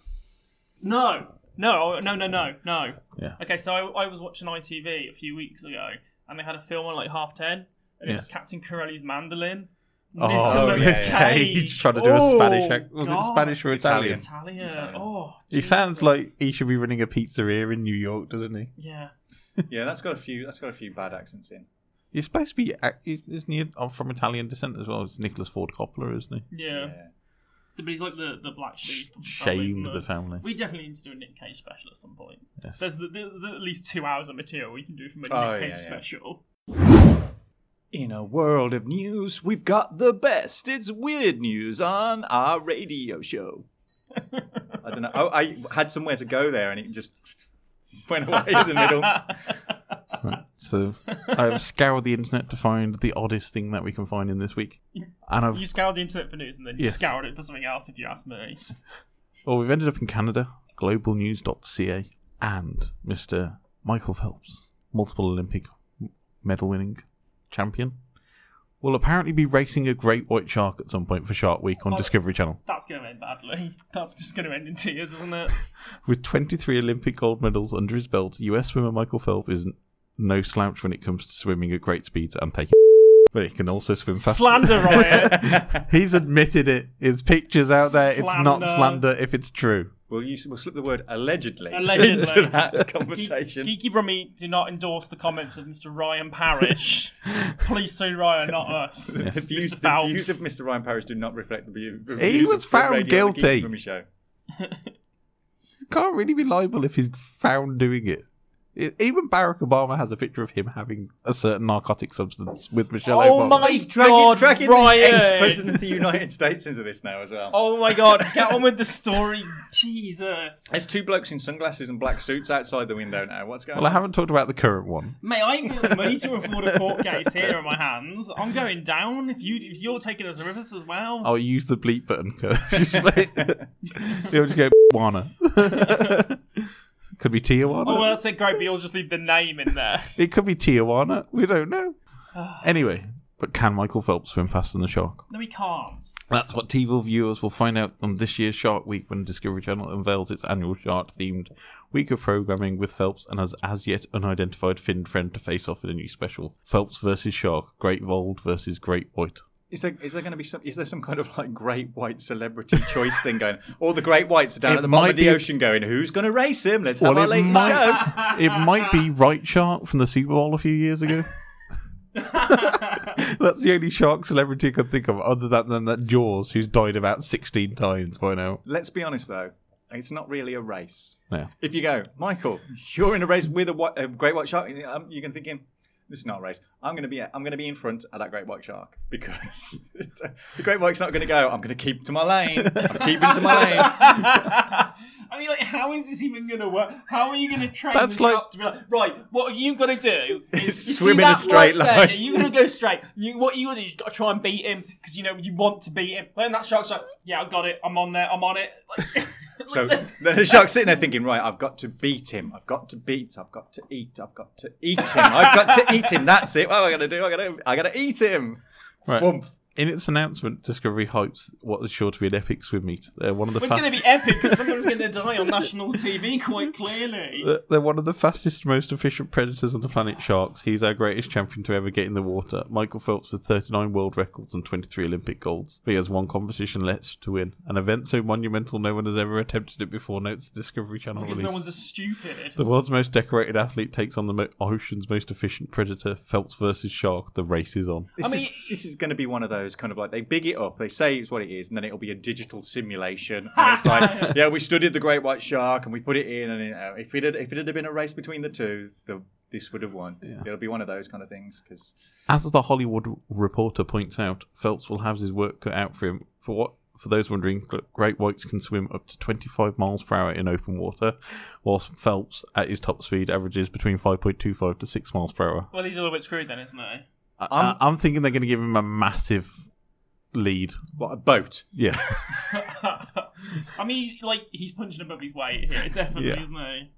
S4: No, no, no, no, no, no.
S2: Yeah.
S4: Okay, so I, I was watching ITV a few weeks ago, and they had a film on like half ten, and it was
S2: Yeah.
S4: Captain Corelli's Mandolin.
S2: Oh,
S4: Nicolas
S2: yeah, yeah. Cage trying to do a
S4: Oh,
S2: Spanish accent. Was it
S4: God.
S2: Spanish or Italian?
S4: Italian.
S3: Italian.
S4: Oh,
S2: He sounds
S4: Jesus.
S2: like he should be running a pizzeria in New York, doesn't he?
S4: Yeah.
S3: Yeah, that's got a few that's got a few bad accents in.
S2: He's supposed to be, ac- isn't he, of- from Italian descent as well? It's Nicholas Ford Coppola, isn't he?
S4: yeah,
S3: Yeah.
S4: But he's like the, the black sheep. of the family,
S2: Shamed
S4: isn't
S2: the
S4: he?
S2: family.
S4: We definitely need to do a Nick Cage special at some point.
S2: Yes.
S4: There's, the, there's at least two hours of material we can do from a
S3: Oh,
S4: Nick Cage
S3: yeah, yeah.
S4: special.
S3: In a world of news, we've got the best. It's weird news on our radio
S4: (laughs)
S3: show. I don't know. Oh, I, I had somewhere to go there, and it just went away in the
S4: (laughs)
S3: middle.
S2: Right. So I have scoured the internet to find the oddest thing that we can find in this week. And I've,
S4: You scoured the internet for news and then you
S2: Yes.
S4: scoured it for something else, if you ask me.
S2: well, we've ended up in Canada, globalnews.ca, and Mr. Michael Phelps, multiple Olympic medal winning champion, will apparently be racing a great white shark at some point for Shark Week on
S4: Well-
S2: Discovery Channel.
S4: That's going to end badly. (laughs) That's just going to end in tears, isn't it?
S2: With 23 Olympic gold medals under his belt, US swimmer Michael Phelps is n- no slouch when it comes to swimming at great speeds and taking. (laughs) But he can also swim fast.
S4: Slander
S2: (laughs)
S4: riot.
S2: He's admitted it. His pictures out there. It's not
S4: Slander.
S2: slander if it's true.
S3: We'll use we'll slip the word allegedly,
S4: Allegedly.
S3: into that conversation.
S4: Geeky Brummy do not endorse the comments of Mr. Ryan
S2: (laughs)
S4: Parrish. Please sue Ryan, not us.
S3: The views,
S4: Mr.
S3: the
S4: Phelps.
S3: views of Mr. Ryan Parrish do not reflect the view- the views.
S2: He was
S3: of Foot
S2: found
S3: Radio and the Geek
S2: guilty.
S3: Mummy Show.
S2: He can't really be liable if he's found doing it. I- Even Barack Obama has a picture of him having a certain narcotic substance with Michelle
S4: Oh
S2: Obama.
S4: my
S3: He's dragging,
S4: God,
S3: dragging
S4: Ryan.
S3: the ex-president of the United States into this now as well.
S4: Oh my god, get on with the story. Jesus.
S3: There's two blokes in sunglasses and black suits outside the window now. What's going
S2: Well, I
S3: on?
S2: haven't talked about the current one.
S4: Mate, I ain't got the money to afford a court case here on my hands. I'm going down if you if you're taking us with us as well.
S3: Oh.
S2: I'll use the bleep button. 'cause just like- He'll just go Wana. Could be Tijuana.
S4: Oh well that's it, great, but you'll just leave the name in there.
S2: It could be Tijuana. We don't
S4: (sighs)
S2: know. anyway, but can Michael Phelps swim faster than the shark?
S4: No, we can't.
S2: That's what TV viewers will find out on this year's Shark Week when Discovery Channel unveils its annual shark-themed week of programming with Phelps and his as yet unidentified fin friend to face off in a new special: Phelps versus Shark, Great Vold versus Great White.
S3: Is there is there going to be some? Is there some kind of like great white celebrity choice thing going? All the great whites are down
S2: It
S3: at the bottom
S2: might
S3: of the
S2: be-
S3: ocean, going, "Who's going to race him? Let's have
S2: Well,
S3: our
S2: it
S3: latest
S2: might- (laughs)
S3: show."
S2: it might be Right Shark from the Super Bowl a few years ago. That's the only shark celebrity I could think of, other than, than that Jaws, who's died about sixteen times by now.
S3: Let's be honest though, it's not really a race.
S2: No.
S3: If you go, Michael, you're in a race with a, whi- a great white shark. Um, you're going to thinking, This is not a race. I'm going to be I'm going to be in front of that great white shark (laughs) because the great white's not going to go. I'm going to keep to my lane. I'm keeping to my lane.
S4: I mean, like, how is this even going to work? How are you going to train
S2: That's
S4: the
S2: like-
S4: shark to be like, right? What you got
S3: (laughs)
S4: to do is
S3: It's
S4: you see
S3: swim in a
S4: that
S3: straight
S4: right
S3: line.
S4: There, you got to go straight. You what you got to do? You got to try and beat him because you know you want to beat him. Then that shark's like, yeah, I got it. I'm on there. I'm on it. Like, (laughs)
S3: So
S4: like,
S3: (laughs) then the shark's sitting there thinking, right, I've got to beat him. I've got to beat. I've got to eat. I've got to eat him. I've got to eat him. That's it. What am I going to do? I got to I got to eat him.
S2: Right.
S3: Boom.
S2: In its announcement, Discovery hypes what is sure to be an epic swim meet. They're one of the
S4: it's
S2: fastest.
S4: going to be epic because
S2: (laughs)
S4: someone's going to die on national TV quite clearly.
S2: They're- They're one of the fastest, most efficient predators on the planet, sharks. He's our greatest champion to ever get in the water. Michael Phelps with 39 world records and 23 Olympic golds. But he has one competition left to win. An event so monumental no one has ever attempted it before, notes the Discovery Channel
S4: Because
S2: release.
S4: no one's as stupid.
S2: the world's most decorated athlete takes on the mo- ocean's most efficient predator. Phelps versus shark. The race is on.
S3: This
S4: I mean-
S3: is, this is going to be one of those kind of like they big it up, they say it's what it is, and then it'll be a digital simulation. And it's like, yeah, we studied the great white shark and we put it in, and uh, if it had, if it had been a race between the two, the, this would have won. It'll be one of those kind of things because
S2: As the Hollywood Reporter points out, Phelps will have his work cut out for him. For what? For those wondering, great whites can swim up to 25 miles per hour in open water, whilst Phelps, at his top speed, averages between 5.25 to 6 miles per hour.
S4: Well, he's a little bit screwed then, isn't he? (laughs)
S2: I- I- I'm thinking they're going to give him a massive lead.
S3: what a boat.
S2: Yeah.
S4: I mean, he's, like he's punching above his weight here, definitely,
S2: Yeah.
S4: isn't he?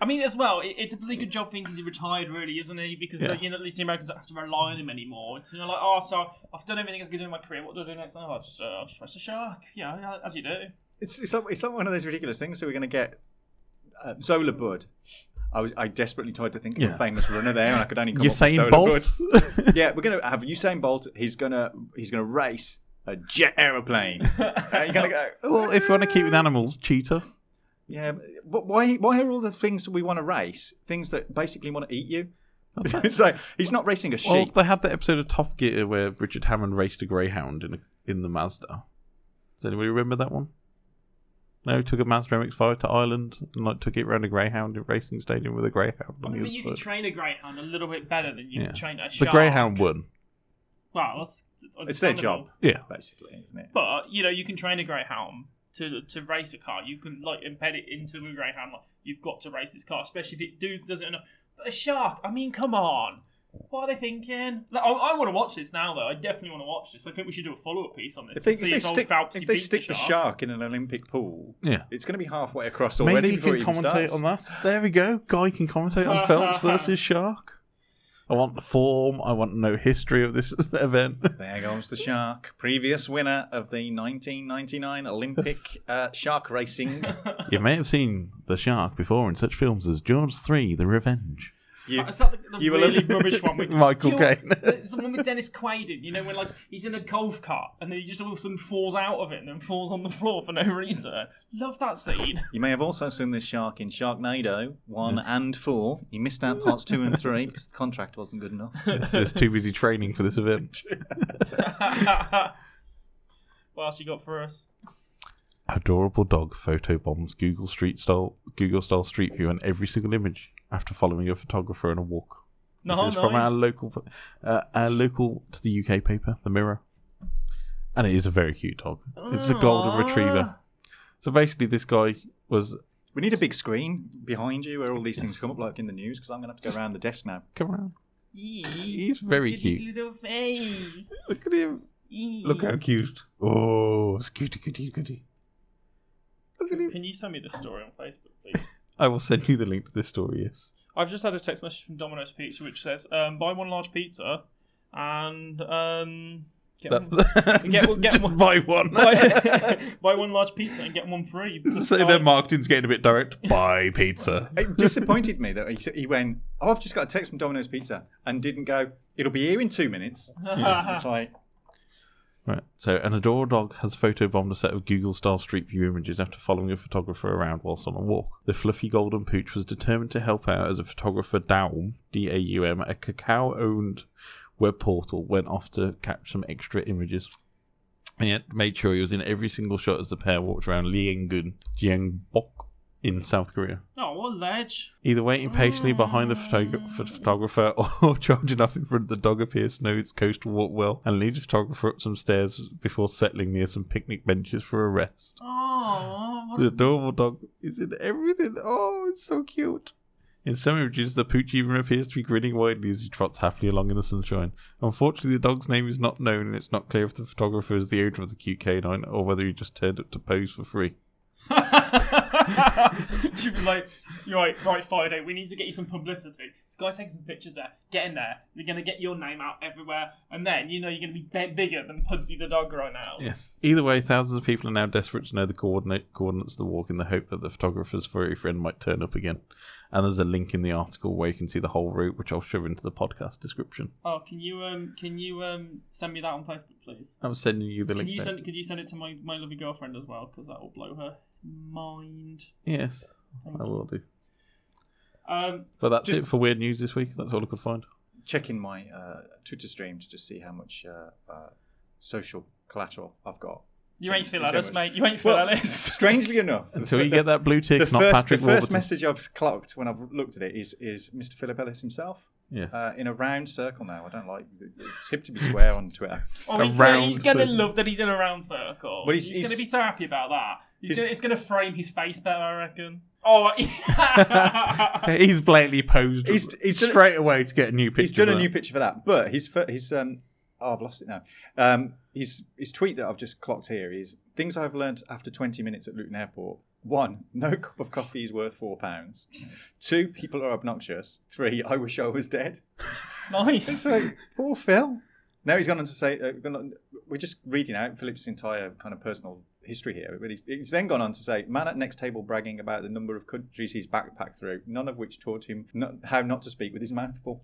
S4: I mean, as well, it, it's a pretty good job thing because he retired, really, isn't he? Because
S2: Yeah.
S4: like, you know, at least the Americans don't have to rely on him anymore. It's you know, like, oh, so I've done everything I could do in my career. What do I do next? Oh, I'll just, uh, I'll just race a shark. Yeah, yeah, as you do.
S3: It's it's not, it's not one of those ridiculous things. So we're going to get uh, Zola Bud. I was I desperately tried to think of
S2: Yeah.
S3: a famous runner there, and I could only come up with
S2: Usain
S3: Zola Budd.
S2: Bolt?
S3: yeah, we're gonna have Usain Bolt. He's gonna he's gonna race a jet
S2: (laughs)
S3: aeroplane. and you're gonna go.
S2: (laughs) well, if you want to keep with animals, cheetah.
S3: Yeah, but why? Why are all the things that we want to race things that basically want to eat you? (laughs) it's like he's not racing a
S2: Well,
S3: sheep.
S2: they had that episode of Top Gear where Richard Hammond raced a greyhound in a, in the Mazda. Does anybody remember that one? No, he took a Mazda MX-5 to Ireland and like took it around a greyhound in a racing stadium with a greyhound.
S4: I
S2: on the
S4: mean,
S2: other
S4: you can
S2: side.
S4: train a greyhound a little bit better than you
S2: Yeah.
S4: can train a
S2: the
S4: shark.
S2: greyhound won.
S4: Well, that's
S3: it's their
S4: understandable.
S3: job,
S2: Yeah,
S3: basically, isn't it?
S4: But you know, you can train a greyhound to to race a car. You can like embed it into a greyhound. Like you've got to race this car, especially if it do, does it enough. But a shark, I mean, come on. What are they thinking? Like, I, I want to watch this now, though. I definitely want to watch this. I think we should do a follow up piece on this
S3: If they,
S4: to see
S3: if
S4: if,
S3: they
S4: old
S3: stick,
S4: Phelpsy
S3: if they
S4: beats
S3: stick
S4: the
S3: the
S4: shark.
S3: shark in an Olympic pool,
S2: yeah.
S3: it's going to be halfway across already
S2: Maybe you
S3: before
S2: can
S3: it even
S2: commentate
S3: starts.
S2: on that. There we go. Guy can commentate on
S4: (laughs)
S2: Phelps versus Shark. I want the form. I want to know history of this (laughs) event.
S3: There goes the shark, previous winner of the 1999 Olympic uh, shark racing.
S2: you may have seen the shark before in such films as George Three: The Revenge.
S4: (laughs)
S3: You,
S4: Is that the, the
S3: You will- (laughs)
S4: really rubbish one? With,
S2: Michael
S4: Do you know-
S2: Caine.
S4: There's the one with Dennis Quaid in, you know, when like he's in a golf cart and then he just all of a sudden falls out of it and then falls on the floor for no reason. Love that scene.
S3: you may have also seen this shark in Sharknado 1 and 4. You missed out parts 2 and 3 because the contract wasn't good enough.
S2: He's too busy training for this
S4: (laughs)
S2: event.
S4: what else you got for us?
S2: Adorable dog photobombs Google Street style Google style Street View on every single image after following a photographer on a walk.
S4: No,
S2: this is from our local, uh, our local to the UK paper, The Mirror, and it is a very cute dog. It's a golden
S4: Aww.
S2: retriever. So basically, this guy was
S3: We need a big screen behind you where all these things come up, like in the news, because I'm going to have to go around the desk now.
S2: come around.
S4: Yee,
S2: He's very
S4: look at his
S2: cute.
S4: Little face.
S2: Look at him.
S4: Yee.
S2: Look how cute. Oh, scooty, goody, goody. Look at him.
S4: Can you send me the story on Facebook,
S2: (laughs)
S4: please?
S2: I will send you the link to this story. Yes.
S4: I've just had a text message from Domino's Pizza which says, um, "Buy one large pizza and um, (laughs) get one,
S2: (laughs)
S4: Mm. Get-
S2: just,
S4: get
S2: just
S4: one.
S2: buy one. (laughs)
S4: buy, (laughs) buy one large pizza and get one free."
S2: Say
S4: Buy-
S2: their marketing's getting a bit
S4: (laughs)
S2: direct. Buy pizza.
S3: It disappointed me that he, s- he went, oh, I've just got a text from Domino's Pizza, and didn't go, it'll be here in two minutes. it's like,
S2: Right. So, an Adora dog has photobombed a set of Google style Street View images after following a photographer around whilst on a walk. The fluffy golden pooch was determined to help out as a photographer Daum, D A U M, a cacao owned web portal, went off to catch some extra images. And yet made sure he was in every single shot as the pair walked around Liangun, Jiangbok, in South Korea.
S4: Oh, what a ledge.
S2: Either waiting patiently behind the photog- ph- photographer (laughs) or charging up in front of the dog appears to know its coast to walk well and leads the photographer up some stairs before settling near some picnic benches for a rest.
S4: Oh, what
S2: The
S4: a...
S2: adorable dog is in everything. Oh, it's so cute. In some images, the pooch even appears to be grinning widely as he trots happily along in the sunshine. Unfortunately, the dog's name is not known, and it's not clear if the photographer is the owner of the cute canine or whether he just turned up to pose for free.
S4: (laughs) She'd be like, right, right, Fido, we need to get you some publicity. This guy's taking some pictures there. Get in there. We're going to get your name out everywhere. And then, you know, you're going to be be bigger than Pudsey the dog right now.
S2: Yes. Either way, thousands of people are now desperate to know the coordinate coordinates of the walk in the hope that the photographer's furry friend might turn up again. And there's a link in the article where you can see the whole route, which I'll shove into the podcast description.
S4: Oh, can you um, can you um, send me that on Facebook, please?
S2: I'm sending you the
S4: Can
S2: link.
S4: you
S2: there.
S4: send? Could you send it to my, my lovely girlfriend as well? Because that will blow her mind.
S2: yes,
S4: Thank
S2: I
S4: you.
S2: will do.
S4: Um,
S2: But that's
S3: Just-
S2: it for weird news this week. That's all I could find.
S3: Checking my uh, Twitter stream to just see how much uh, uh, social collateral I've got.
S4: you ain't Phil
S3: Thank you
S4: Ellis,
S3: so much.
S4: mate. You ain't Phil
S3: Well,
S4: Ellis.
S3: strangely enough,
S2: Until
S3: the-
S2: you
S3: the-
S2: get that blue tick,
S3: the
S2: not
S3: first,
S2: Patrick
S3: the first
S2: Warburton.
S3: message I've clocked when I've looked at it is is Mr. Philip Ellis himself
S2: Yes.
S3: uh, in a round circle. Now I don't like it's hip to be square on Twitter.
S4: Oh, he's,
S2: Around
S4: gonna, he's gonna
S2: circle.
S4: love that he's in a round circle.
S3: Well,
S4: he's,
S3: he's-
S4: gonna
S3: he's-
S4: be so happy about that. He's
S3: he's-
S4: gonna, it's gonna frame his face better, I reckon. Oh, (laughs)
S2: (laughs) he's blatantly posed
S3: Uh, He's- he's done-
S2: straight away to get a new picture.
S3: He's done
S2: for
S3: a
S2: that.
S3: new picture for that, but his fir- his um oh, I've lost it now. Um, his his tweet that I've just clocked here is things I've learnt after 20 minutes at Luton Airport. One, no (laughs) cup of coffee is worth four pounds. Two, people are obnoxious. Three, I wish I was dead. (laughs)
S4: nice.
S3: It's like, poor Phil. Now he's gone on to say, uh, gone on- we're just reading out Philip's entire kind of personal history here. But he's, he's then gone on to say, man at next table bragging about the number of countries he's backpacked through, none of which taught him not, how not to speak with his mouth full.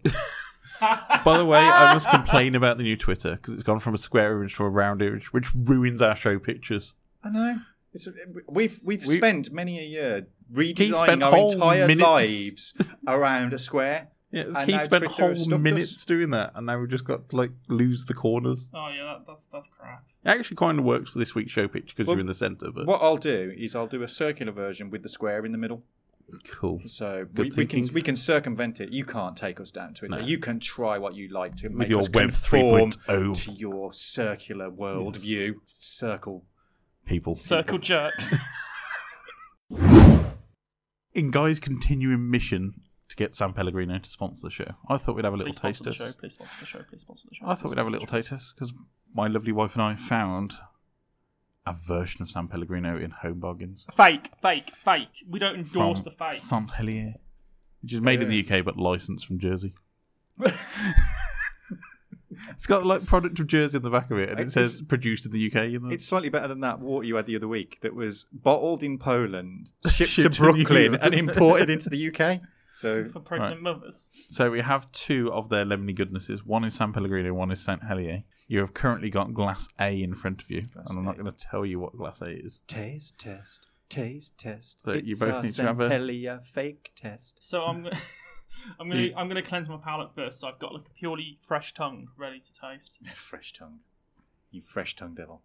S2: By the way, I must complain about the new Twitter because it's gone from a square image to a round image, which ruins our show pictures.
S3: I know. It's we've we've
S2: We-
S3: spent many a year
S2: spent
S3: redesigning our
S2: whole
S3: entire
S2: minutes-
S3: lives around a square.
S2: Yeah,
S3: And
S2: Keith
S3: now
S2: spent
S3: Twitter has
S2: whole
S3: stuffed
S2: minutes
S3: us.
S2: doing that, and now we've just got to like lose the corners.
S4: Oh yeah, that, that's that's crap.
S2: It actually kind of works for this week's show pitch because
S3: Well,
S2: you're in the centre, but
S3: What I'll do is I'll do a circular version with the square in the middle.
S2: cool.
S3: So
S2: Good
S3: we, we can
S2: thinking.
S3: we can circumvent it. You can't take us down Twitter.
S2: No.
S3: You can try what you like to
S2: With
S3: make
S2: your
S3: us
S2: Web
S3: conform
S2: 3.0.
S3: to your circular world
S2: Yes.
S3: view. Circle.
S2: (laughs) People.
S4: Circle jerks.
S2: In Guy's continuing mission to get San Pellegrino to sponsor the show, I thought we'd have a (laughs) little
S4: Please sponsor
S2: taste
S4: the
S2: test.
S4: show. Please sponsor the show. Please sponsor the show.
S2: I thought we'd have a little taste test because my lovely wife and I found a version of San Pellegrino in Home Bargains
S4: Fake, fake, fake. We don't
S2: from
S4: endorse the fake.
S2: Saint Helier, which is made in the UK but licensed from Jersey. it's got like product of Jersey on the back of it, and it
S3: It's-
S2: says produced in the UK. In the...
S3: It's slightly better than that water you had the other week that was bottled
S2: (laughs)
S3: in Poland, shipped to
S2: Shipped to New
S3: Brooklyn,
S2: York.
S3: and imported into the UK. So
S4: for pregnant mothers.
S2: So we have two of their lemony goodnesses. One is San Pellegrino, one is Saint Helier. You have currently got glass A in front of you, and I'm not
S3: A.
S2: going to tell you what glass A is.
S3: Taste test, taste test.
S2: So you
S3: It's
S2: both
S3: a
S2: need to have a-
S3: Sempelia fake test.
S4: So I'm, gonna- (laughs) I'm gonna I'm gonna cleanse my palate first. So I've got like a purely fresh tongue ready to taste.
S3: (laughs) Fresh tongue, you fresh tongue devil.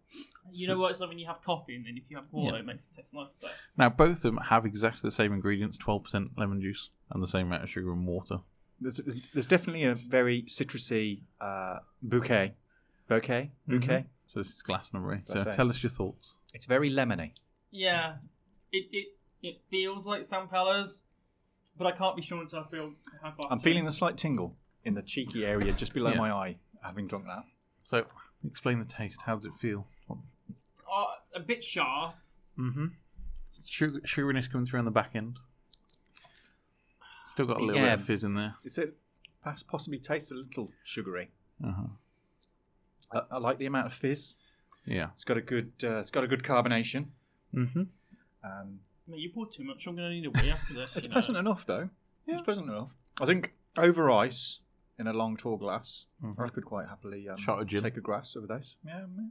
S4: You know what? It's like when you have coffee and then if you have water,
S2: Yeah.
S4: it makes it taste nicer.
S2: Now both of them have exactly the same ingredients: twelve percent lemon juice and the same amount of sugar and water.
S3: There's there's definitely a very citrusy uh, bouquet, bouquet, bouquet.
S2: So this is glass number eight.
S3: Glass
S2: so
S3: A.
S2: tell us your thoughts.
S3: Mm-hmm. It's very lemony.
S4: Yeah, it it, it feels like San Pellas, but I can't be sure until I feel. Half past
S3: I'm
S4: two.
S3: feeling a slight tingle in the cheeky area just below
S2: Yeah.
S3: my eye, having drunk that.
S2: So explain the taste. How does it feel?
S4: uh, a bit sharp.
S2: Mm-hmm. Sugar, sugariness coming through on the back end. Still got a little
S3: Yeah.
S2: bit of fizz in there.
S3: It's a perhaps possibly tastes a little sugary.
S2: Uh-huh.
S3: I, I like the amount of fizz.
S2: Yeah.
S3: It's got a good uh, it's got a good carbonation.
S2: Mm-hmm.
S3: Um,
S4: Mate, you poured too much. I'm gonna need a wee after this.
S3: It's
S4: you know.
S3: pleasant enough, though. It's pleasant enough. I think over ice in a long tall glass, I could quite happily um,
S2: Mm-hmm. Shot of gin.
S3: take a glass over those. Yeah, mm.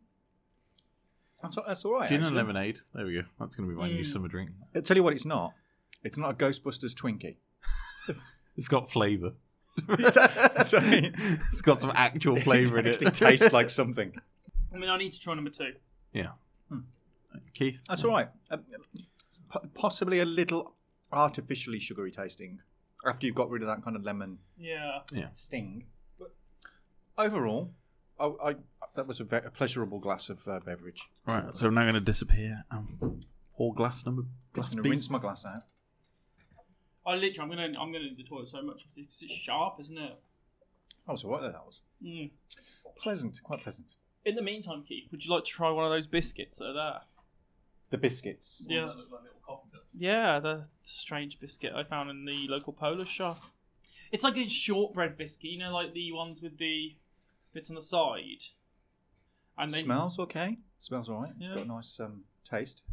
S3: that's, that's all right.
S2: Gin and
S3: actually.
S2: lemonade. There we go. That's going to be my new
S4: Mm.
S2: summer drink.
S3: I'll tell you what, it's not. It's not a
S2: (laughs)
S3: Ghostbusters Twinkie. (laughs)
S2: It's got flavour. (laughs)
S3: Sorry.
S2: It's got some actual flavour in (laughs)
S3: actually
S2: it.
S3: tastes like something.
S2: (laughs)
S4: I mean, I need to try number two.
S3: Hmm.
S2: Yeah. Keith?
S3: That's all right. Um, po- possibly a little artificially sugary tasting after you've got rid of that kind of lemon
S4: Yeah.
S3: sting. But overall, I, I that was a, ve- a pleasurable glass of uh, beverage.
S2: Right, so I'm now going to disappear and pour glass number glass
S3: I'm gonna
S2: B.
S3: rinse my glass out.
S4: I literally, I'm gonna, I'm gonna do the toilet so much because it's sharp, isn't it?
S3: Oh, so what that was
S4: Mm.
S3: pleasant, quite pleasant.
S4: In the meantime, Keith, would you like to try one of those biscuits that are there?
S3: The biscuits.
S4: Yes. Yeah, the strange biscuit I found in the local Polish shop. It's like a shortbread biscuit, you know, like the ones with the bits on the side. And they
S3: smells okay. Smells all right. It's
S4: Yeah.
S3: got a nice um, taste.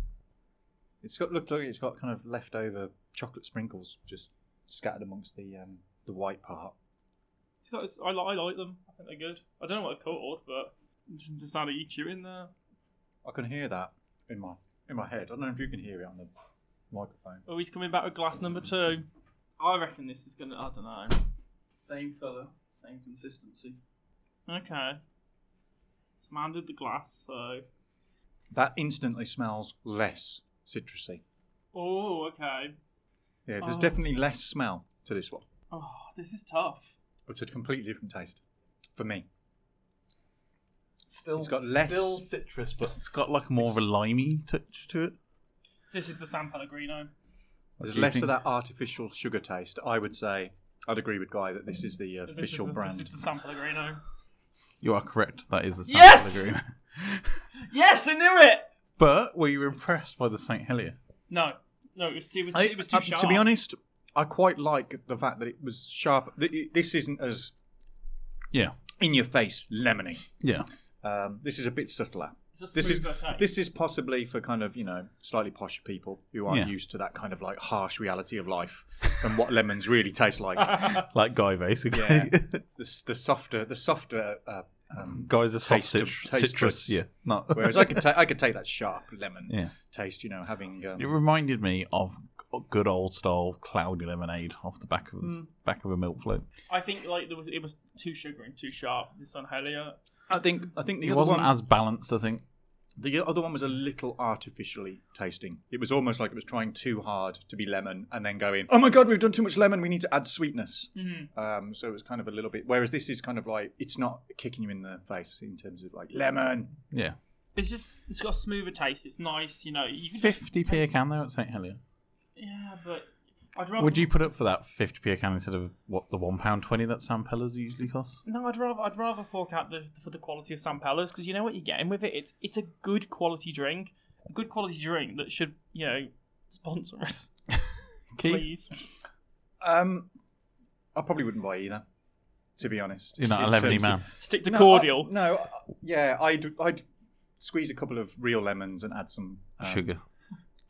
S3: It's got looked like it's got kind of leftover chocolate sprinkles just scattered amongst the um, the white part.
S4: It's got, it's, I, li- I like them. I think they're good. I don't know what they're called, but it's just the sound of EQ in there.
S3: I can hear that in my in my head. I don't know if you can hear it on the microphone.
S4: Oh, he's coming back with glass number two. I reckon this is gonna. I don't know.
S5: Same colour, same consistency.
S4: Okay. It's handed the glass, so.
S3: That instantly smells less citrusy.
S4: Oh, okay.
S3: Yeah, there's
S4: Oh.
S3: definitely less smell to this one.
S4: Oh, this is tough.
S3: It's a completely different taste for me.
S5: Still,
S3: It's got less-
S5: still citrus, but
S2: It's got like more of a limey touch to it.
S4: This is the San Pellegrino.
S3: There's
S2: do you
S3: less
S2: think?
S3: of that artificial sugar taste. I would say I'd agree with Guy that this is the uh,
S4: This
S3: official
S4: is the-
S3: brand.
S4: This is the San Pellegrino.
S2: You are correct. That is the San
S4: Yes!
S2: Pellegrino.
S4: Yes, I knew it!
S2: (laughs) But were you impressed by the Saint Helier?
S4: No. No, it was, it was,
S3: I-
S4: it was too
S3: uh,
S4: sharp.
S3: To be honest, I quite like the fact that it was sharp. Th- it- This isn't as
S2: Yeah,
S3: in your face lemony. (laughs)
S2: yeah.
S3: Um, this is a bit subtler.
S4: It's a
S3: This is
S4: smoother taste.
S3: this is possibly for kind of you know slightly posh people who aren't
S2: Yeah.
S3: used to that kind of like harsh reality of life and what lemons really taste
S4: (laughs)
S3: like.
S2: Like Guy, basically.
S3: Yeah.
S2: (laughs)
S3: the, s- the softer, the softer. Uh, um,
S2: Guy's a soft
S3: Taste of-
S2: cit-
S3: taste
S2: citrus.
S3: buds.
S2: Yeah, not
S3: whereas I could ta- I could take that sharp lemon
S2: (laughs) Yeah.
S3: taste, you know, having um,
S2: It reminded me of good old style cloudy lemonade off the back of
S4: Hmm.
S2: back of a milk float.
S4: I think like there was it was too sugary and too sharp. This on Helia.
S3: I think I think the
S2: It
S3: other
S2: wasn't
S3: one,
S2: as balanced, I think.
S3: the other one was a little artificially tasting. It was almost like it was trying too hard to be lemon, and then going, "Oh my god, we've done too much lemon. We need to add sweetness." Um, so it was kind of a little bit. Whereas this is kind of like it's not kicking you in the face in terms of like lemon.
S2: Yeah,
S4: It's just it's got a smoother taste. It's nice, you know. You can just,
S2: fifty p a can though at Saint Helier.
S4: yeah, but I'd rather
S2: Would you put up for that fifty p a can instead of what the one pound twenty that Sam Pellers usually costs?
S4: No, I'd rather I'd rather fork out the for the quality of San Pellas because you know what you're getting with it. It's it's a good quality drink, a good quality drink that should you know sponsor us,
S2: Keith,
S4: please.
S3: Um, I probably wouldn't buy either, to be honest.
S2: you're not
S3: In
S2: a lemony
S3: terms of-
S2: man.
S4: Stick to
S3: No, I-
S4: cordial.
S3: no, I- yeah, I'd I'd squeeze a couple of real lemons and add some um,
S4: (laughs)
S2: Sugar.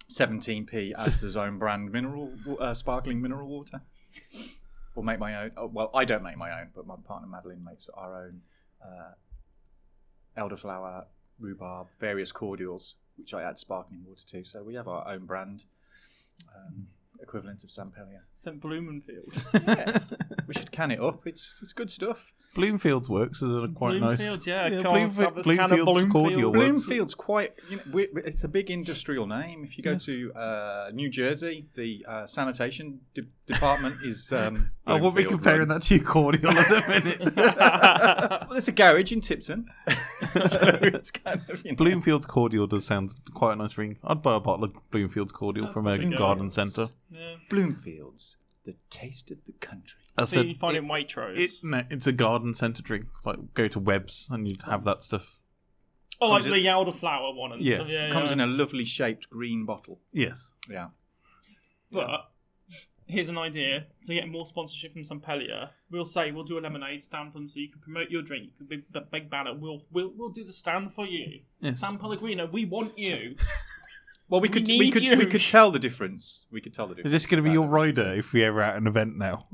S3: 17p Asda's own brand mineral uh, sparkling mineral water. Or make my own. oh, Well, I don't make my own, but my partner Madeline makes our own uh, elderflower, rhubarb, various cordials, which I add sparkling water to. So we have our own brand um, equivalent of Sampelia.
S4: St. Blumenfield.
S3: We should can it up. It's it's good stuff.
S2: Bloomfields works as a quite nice.
S4: Bloomfield, yeah, come on,
S2: Bloomfi-
S4: have this can of Bloomfield.
S2: cordial works.
S3: Bloomfield's quite. You know, we we- it's a big industrial name. If you go
S2: Yes.
S3: to uh, New Jersey, the uh, sanitation de- department
S2: (laughs)
S3: is. Um,
S2: I won't be
S3: Bloomfield,
S2: comparing
S3: right?
S2: that to your cordial in a
S4: (laughs)
S2: minute. (laughs)
S3: Well, there's a garage in Tipton, (laughs) so it's kind of you know,
S2: Bloomfield's cordial does sound quite a nice ring. I'd buy a bottle of Bloomfield's
S4: Oh,
S2: cordial from a
S4: Bloomfield.
S2: garden centre.
S4: Yeah.
S3: Bloomfield's, the taste of the country.
S2: I
S4: So
S2: said
S4: you find it, in
S2: it-
S4: Waitrose.
S2: it- no, it's a garden centre drink. Like go to Webs and you'd have that stuff.
S4: oh, like
S3: comes in-
S4: the elderflower one. And
S2: Yes.
S4: stuff. Yeah,
S3: Comes
S4: yeah.
S3: in a lovely shaped green bottle.
S2: Yes.
S3: Yeah,
S4: But here's an idea to get more sponsorship from Sampelia. We'll say we'll do a lemonade stand for them, so you can promote your drink. You can big, b- big banner. We'll we'll we'll do the stand for you.
S2: Yes.
S4: San Pellegrino, we want you.
S3: Well, we could we,
S4: need
S3: could
S4: you.
S3: we could tell the difference. We could tell the
S2: Is Um,
S3: difference.
S2: this going to be your rider if we ever at an event now?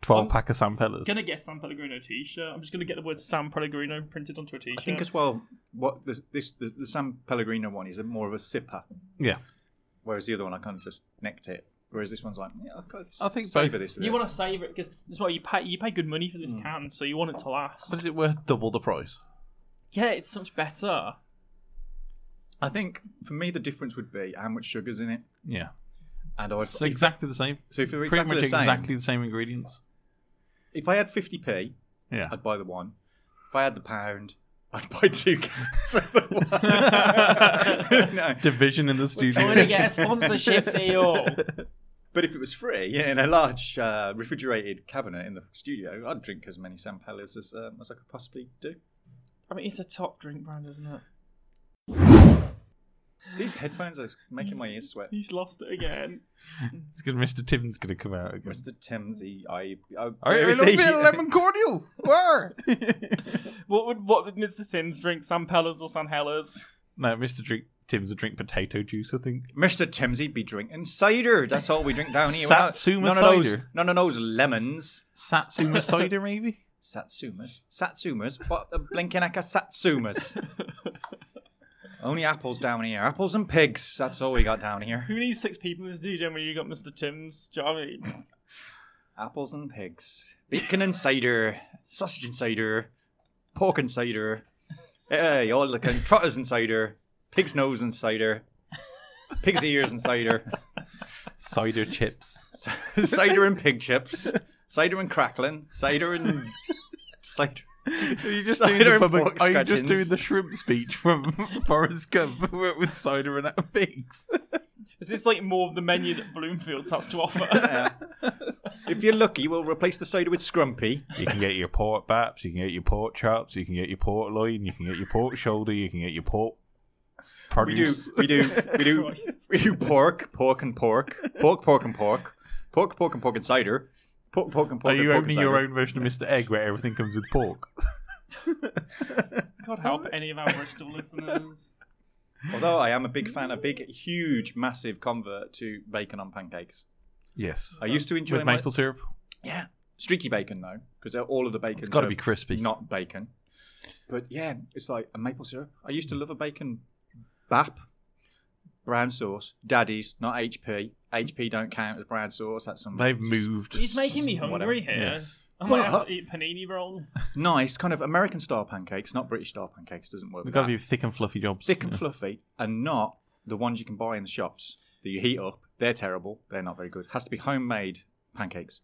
S2: Twelve pack of Sam Pellers.
S4: gonna get a San Pellegrino T-shirt. I'm just gonna get the word San Pellegrino printed onto a T-shirt.
S3: I think as well, what the, this the, the San Pellegrino one is a more of a sipper,
S2: Yeah.
S3: whereas the other one I kind of just necked it. Whereas this one's like, yeah, I've got this.
S2: I think
S3: savor
S2: both.
S3: this. a
S4: you
S3: bit.
S4: want to save it because that's why you pay you pay good money for
S3: Mm.
S4: this can, so you want it to last.
S2: But is it worth double the price?
S4: yeah, it's so much better.
S3: I think for me the difference would be how much sugar's in it,
S2: Yeah,
S3: and I'd
S2: it's exactly the same.
S3: so if they're
S2: Pretty
S3: exactly
S2: much
S3: the same.
S2: exactly the same ingredients.
S3: If I had fifty p,
S2: Yeah,
S3: I'd buy the one. If I had the pound, (laughs) I'd buy two cans of the
S2: (laughs)
S3: one. no.
S2: division in the
S4: Trying
S2: (laughs)
S4: to
S2: studio.
S4: get
S3: (laughs)
S4: a sponsorship deal.
S3: But if it was free yeah, in a large uh, refrigerated cabinet in the studio, I'd drink as many San Pellas as, um, as I could possibly do.
S4: I mean, it's a top drink brand, isn't it?
S3: These headphones are making my ears sweat.
S4: He's lost it again.
S2: It's gonna, Mr. Tim's gonna come out again.
S3: Mr. Timsey, I. I
S2: All right, a little bit of lemon cordial. Where?
S4: What would what would Mr. Sims drink? San Pellas or San Hellas?
S2: (laughs) no, Mr. Drink Tim's a drink potato juice. I think.
S3: Mr. Timsey be drinking cider. That's all we drink down here.
S2: Satsuma
S3: none of those,
S2: cider.
S3: none of those lemons.
S2: (laughs) Satsuma cider, maybe.
S3: Satsumas. Satsumas. What the blinking heck are Satsumas? Only apples down here. Apples and pigs. That's all we got down here.
S4: Who needs six people in this studio when you got Mr. Tim's? Do you know what I mean?
S3: Apples and pigs. Bacon and cider. Sausage and cider. Pork and cider. Hey, all the kind trotters and cider. Pig's nose and cider. Pig's ears and cider.
S2: Cider chips.
S3: cider and pig chips. Cider and crackling. Cider and. Cider.
S2: Are you just
S3: Cider
S2: doing the
S3: and
S2: public,
S3: pork
S2: Are you just
S3: scratchings.
S2: doing the shrimp speech from (laughs) Forrest Gump (laughs) with cider and figs?
S4: Is this like more of the menu that Bloomfield has to offer? (laughs)
S3: If you're lucky, we'll replace the cider with scrumpy.
S2: You can get your pork baps, you can get your pork chops, you can get your pork loin, you can get your pork shoulder, you can get your pork
S3: We do,
S2: produce.
S3: we do,
S2: (laughs)
S3: we do, we do pork, pork and pork, pork, pork and pork, pork, pork and pork and cider, pork, pork and pork.
S2: Are
S3: and
S2: you
S3: pork and
S2: opening your
S3: cider.
S2: own version of Mr. Egg where everything comes with pork?
S4: God help any of our Bristol listeners.
S3: Although I am a big fan, a big, huge, massive convert to bacon on pancakes.
S2: Yes.
S3: I used to enjoy
S2: With
S3: my-
S2: maple syrup?
S3: yeah, streaky bacon though, because all of the bacon.
S2: It's got to be crispy.
S3: Not bacon, but yeah, it's like a maple syrup. I used
S2: Mm.
S3: to love a bacon bap, brown sauce, daddy's, not HP. HP don't count as brown sauce. That's some
S2: They've moved.
S4: He's making me hungry here.
S2: Yes.
S4: I might have to eat panini roll.
S3: nice kind of American style pancakes, not British style pancakes. Doesn't work.
S2: They've
S3: with
S2: got to
S3: that.
S2: be thick and fluffy jobs.
S3: thick and fluffy, and not the ones you can buy in the shops that you heat up. They're terrible. They're not very good. Has to be homemade pancakes.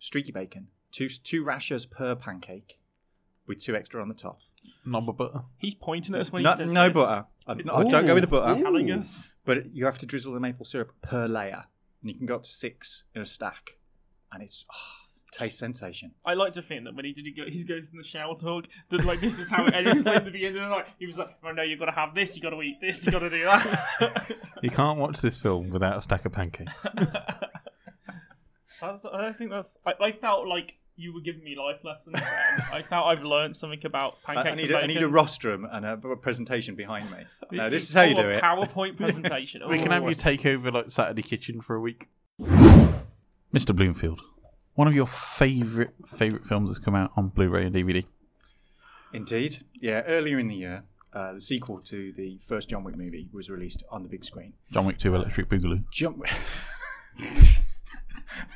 S3: Streaky bacon. Two two rashers per pancake, with two extra on the top.
S2: (laughs) Number butter.
S4: He's pointing at us when
S3: No,
S4: he says
S3: no
S4: this.
S3: butter. I,
S4: It's-
S3: no, I don't go with the
S4: He's
S3: butter.
S4: telling us.
S3: But you have to drizzle the maple syrup per layer, and you can go up to six in a stack, and it's oh, it's a taste sensation.
S4: I like to think that when he did he go, he goes in the shower talk that like this is how it ends like the beginning of the night. He was like, oh no, you've got to have this, you got to eat this, you got to do that. (laughs)
S2: You can't watch this film without a stack of pancakes.
S4: That's, I don't think that's. I, I felt like you were giving me life lessons. Then. I felt I've learned something about
S3: I, I
S4: pancakes
S3: need
S4: and
S3: a, I
S4: bacon.
S3: need a rostrum and a, a presentation
S4: (laughs)
S3: behind me. No, this is
S4: Oh,
S3: how you
S4: a
S3: do it. (laughs)
S4: PowerPoint presentation.
S2: We can
S4: Oh,
S2: have you take over like Saturday Kitchen for a week. Mr. Bloomfield, one of your favourite favourite films has come out on Blu-ray and DVD.
S3: Indeed. Yeah, earlier in the year, uh, the sequel to the first John Wick movie was released on the big screen.
S2: John Wick 2 Electric Boogaloo.
S3: John (laughs)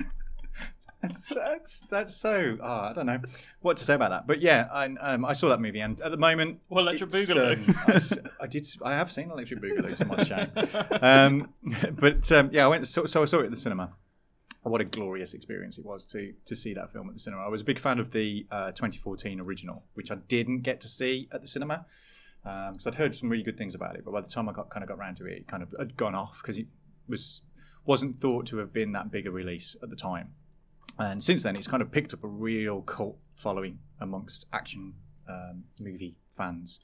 S3: that's, that's, that's so. Oh, I don't know what to say about that. But yeah, I, um, I saw that movie, and at the moment.
S4: Well, Electric
S3: it's,
S4: Boogaloo.
S3: um, (laughs) I s- I, did. I have seen Electric Boogaloo to my shame. Um, (laughs) but um, yeah, I went. So, so I saw it at the cinema. What a glorious experience it was to to see that film at the cinema. I was a big fan of the uh, 2014 original, which I didn't get to see at the cinema because Um, I'd heard some really good things about it. But by the time I got kind of got round to it, it kind of had gone off because it was wasn't thought to have been that big a release at the time. And since then, it's kind of picked up a real cult following amongst action um, movie fans.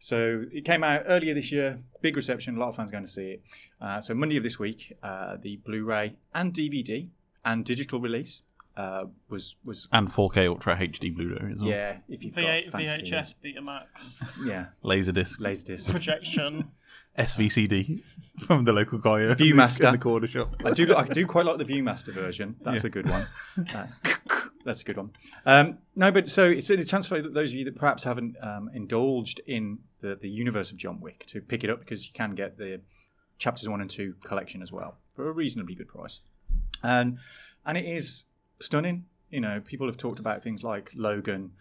S3: So it came out earlier this year, big reception, a lot of fans going to see it. Uh, so Monday of this week, uh, the Blu-ray and DVD and digital release uh, was was
S2: And 4K Ultra HD Blu-ray as well.
S3: yeah. If you've
S4: V8,
S3: got fancy
S4: VHS, Betamax,
S3: TVs. yeah,
S2: Laserdisc.
S4: (laughs)
S3: Laserdisc. (laughs)
S4: projection.
S2: SVCD (laughs) from the local guy in the-
S3: Viewmaster.
S2: in the corner shop.
S3: I do. I do quite like the ViewMaster version. That's a good one. Uh, that's a good one. Um, no, but so it's a chance for those of you that perhaps haven't um, indulged in the, the universe of John Wick to pick it up because you can get the chapters one and two collection as well for a reasonably good price. And and it is stunning. You know, people have talked about things like Logan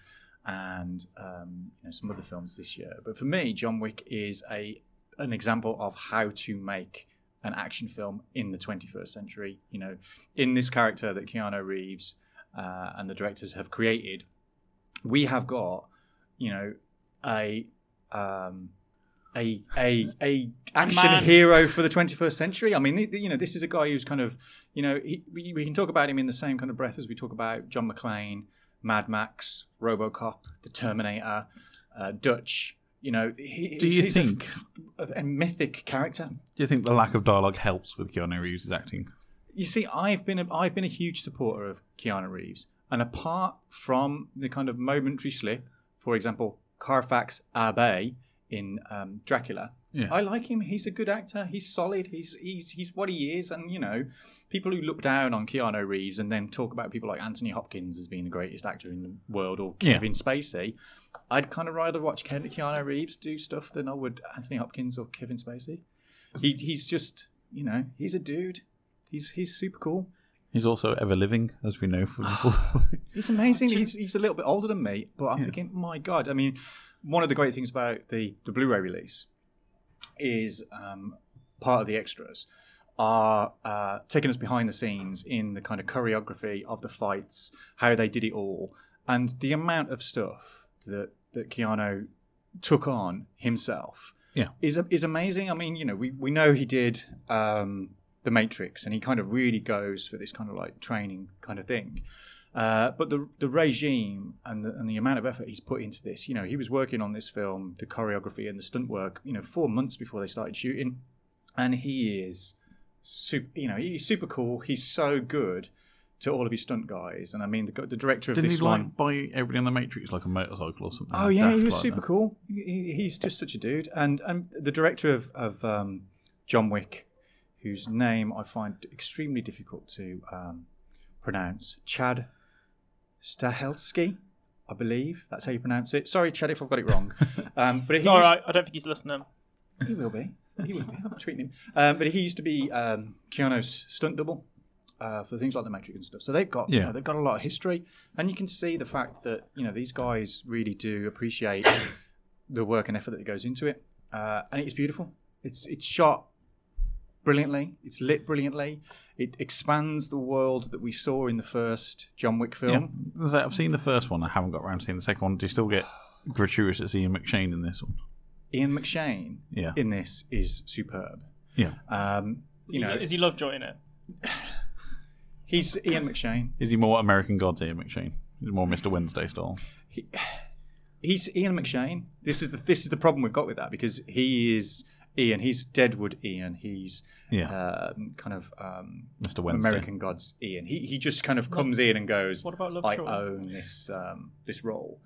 S3: and um, you know, some other films this year, but for me, John Wick is a an example of how to make an action film in the 21st century. You know, in this character that Keanu Reeves uh, and the directors have created, we have got, you know, a um, a a a action
S4: Man.
S3: hero for the 21st century. I mean, th- you know, this is a guy who's kind of, you know, he, we, we can talk about him in the same kind of breath as we talk about John McClane, Mad Max, RoboCop, The Terminator, uh, Dutch. You know, he,
S2: Do
S3: he's-
S2: you
S3: he's a-
S2: think?
S3: a, a mythic character.
S2: Do you think the lack of dialogue helps with Keanu Reeves' acting?
S3: You see, I've been a, I've been a huge supporter of Keanu Reeves, and apart from the kind of momentary slip, for example, Carfax Abbey in um, Dracula,
S2: Yeah.
S3: I like him. He's a good actor. He's solid. He's he's he's what he is. And you know, people who look down on Keanu Reeves and then talk about people like Anthony Hopkins as being the greatest actor in the world or
S2: Yeah.
S3: Kevin Spacey, I'd kind of rather watch Ken, Keanu Reeves do stuff than I would Anthony Hopkins or Kevin Spacey. He, he's just you know he's a dude. He's he's super cool.
S2: He's also ever living, as we know from
S3: Ah.
S2: people.
S3: (sighs) He's amazing. He's, he's a little bit older than me, but I'm thinking, my God. I mean, one of the great things about the, the Blu ray release is um, part of the extras are uh, taking us behind the scenes in the kind of choreography of the fights, how they did it all, and the amount of stuff that, that Keanu took on himself
S2: Yeah.
S3: is is amazing. I mean, you know, we, we know he did um, the Matrix, and he kind of really goes for this kind of like training kind of thing. Uh, but the the regime and the, and the amount of effort he's put into this, you know, he was working on this film, the choreography and the stunt work, you know, four months before they started shooting, and he is super, you know, he's super cool. He's so good to all of his stunt guys, and I mean, the, gu- the director of
S2: Didn't
S3: this
S2: he
S3: one,
S2: like buy everybody on the Matrix like a motorcycle or something?
S3: Oh yeah,
S2: Daft
S3: he was
S2: like
S3: super
S2: that.
S3: cool. He- he- he's just such a dude. And and the director of of um, John Wick, whose name I find extremely difficult to um, pronounce, Chad Stahelski, I believe that's how you pronounce it. Sorry, Chad, if I've got it
S2: (laughs)
S3: wrong. um, but he's,
S4: All right, I don't think he's listening.
S3: he will be. He will be. I'm tweeting him. Um, but he used to be um, Keanu's stunt double uh, for things like the Matrix and stuff. So they've got you
S2: Yeah.
S3: know, they've got a lot of history, and you can see the fact that you know these guys really do appreciate the work and effort that goes into it, uh, and it's beautiful. It's it's shot brilliantly. It's lit brilliantly. It expands the world that we saw in the first John Wick
S2: Yeah.
S3: film.
S2: As I say, I've seen the first one. I haven't got around to seeing the second one. Do you still get gratuitous at seeing McShane in this one?
S3: Ian McShane
S2: Yeah.
S3: in this is superb.
S2: Yeah.
S3: Um, you know,
S4: Is he Lovejoy in it?
S3: he's Ian McShane.
S2: Is he more American Gods here, McShane? Is he more Mr. Wednesday style?
S3: he's Ian McShane. This is the this is the problem we've got with that because he is Ian. He's Deadwood Ian. He's
S2: Yeah.
S3: um, kind of um,
S2: Mr. Wednesday.
S3: American Gods Ian. He he just kind of comes in and goes.
S4: What about
S3: I
S4: Lovejoy?
S3: own this um, this role.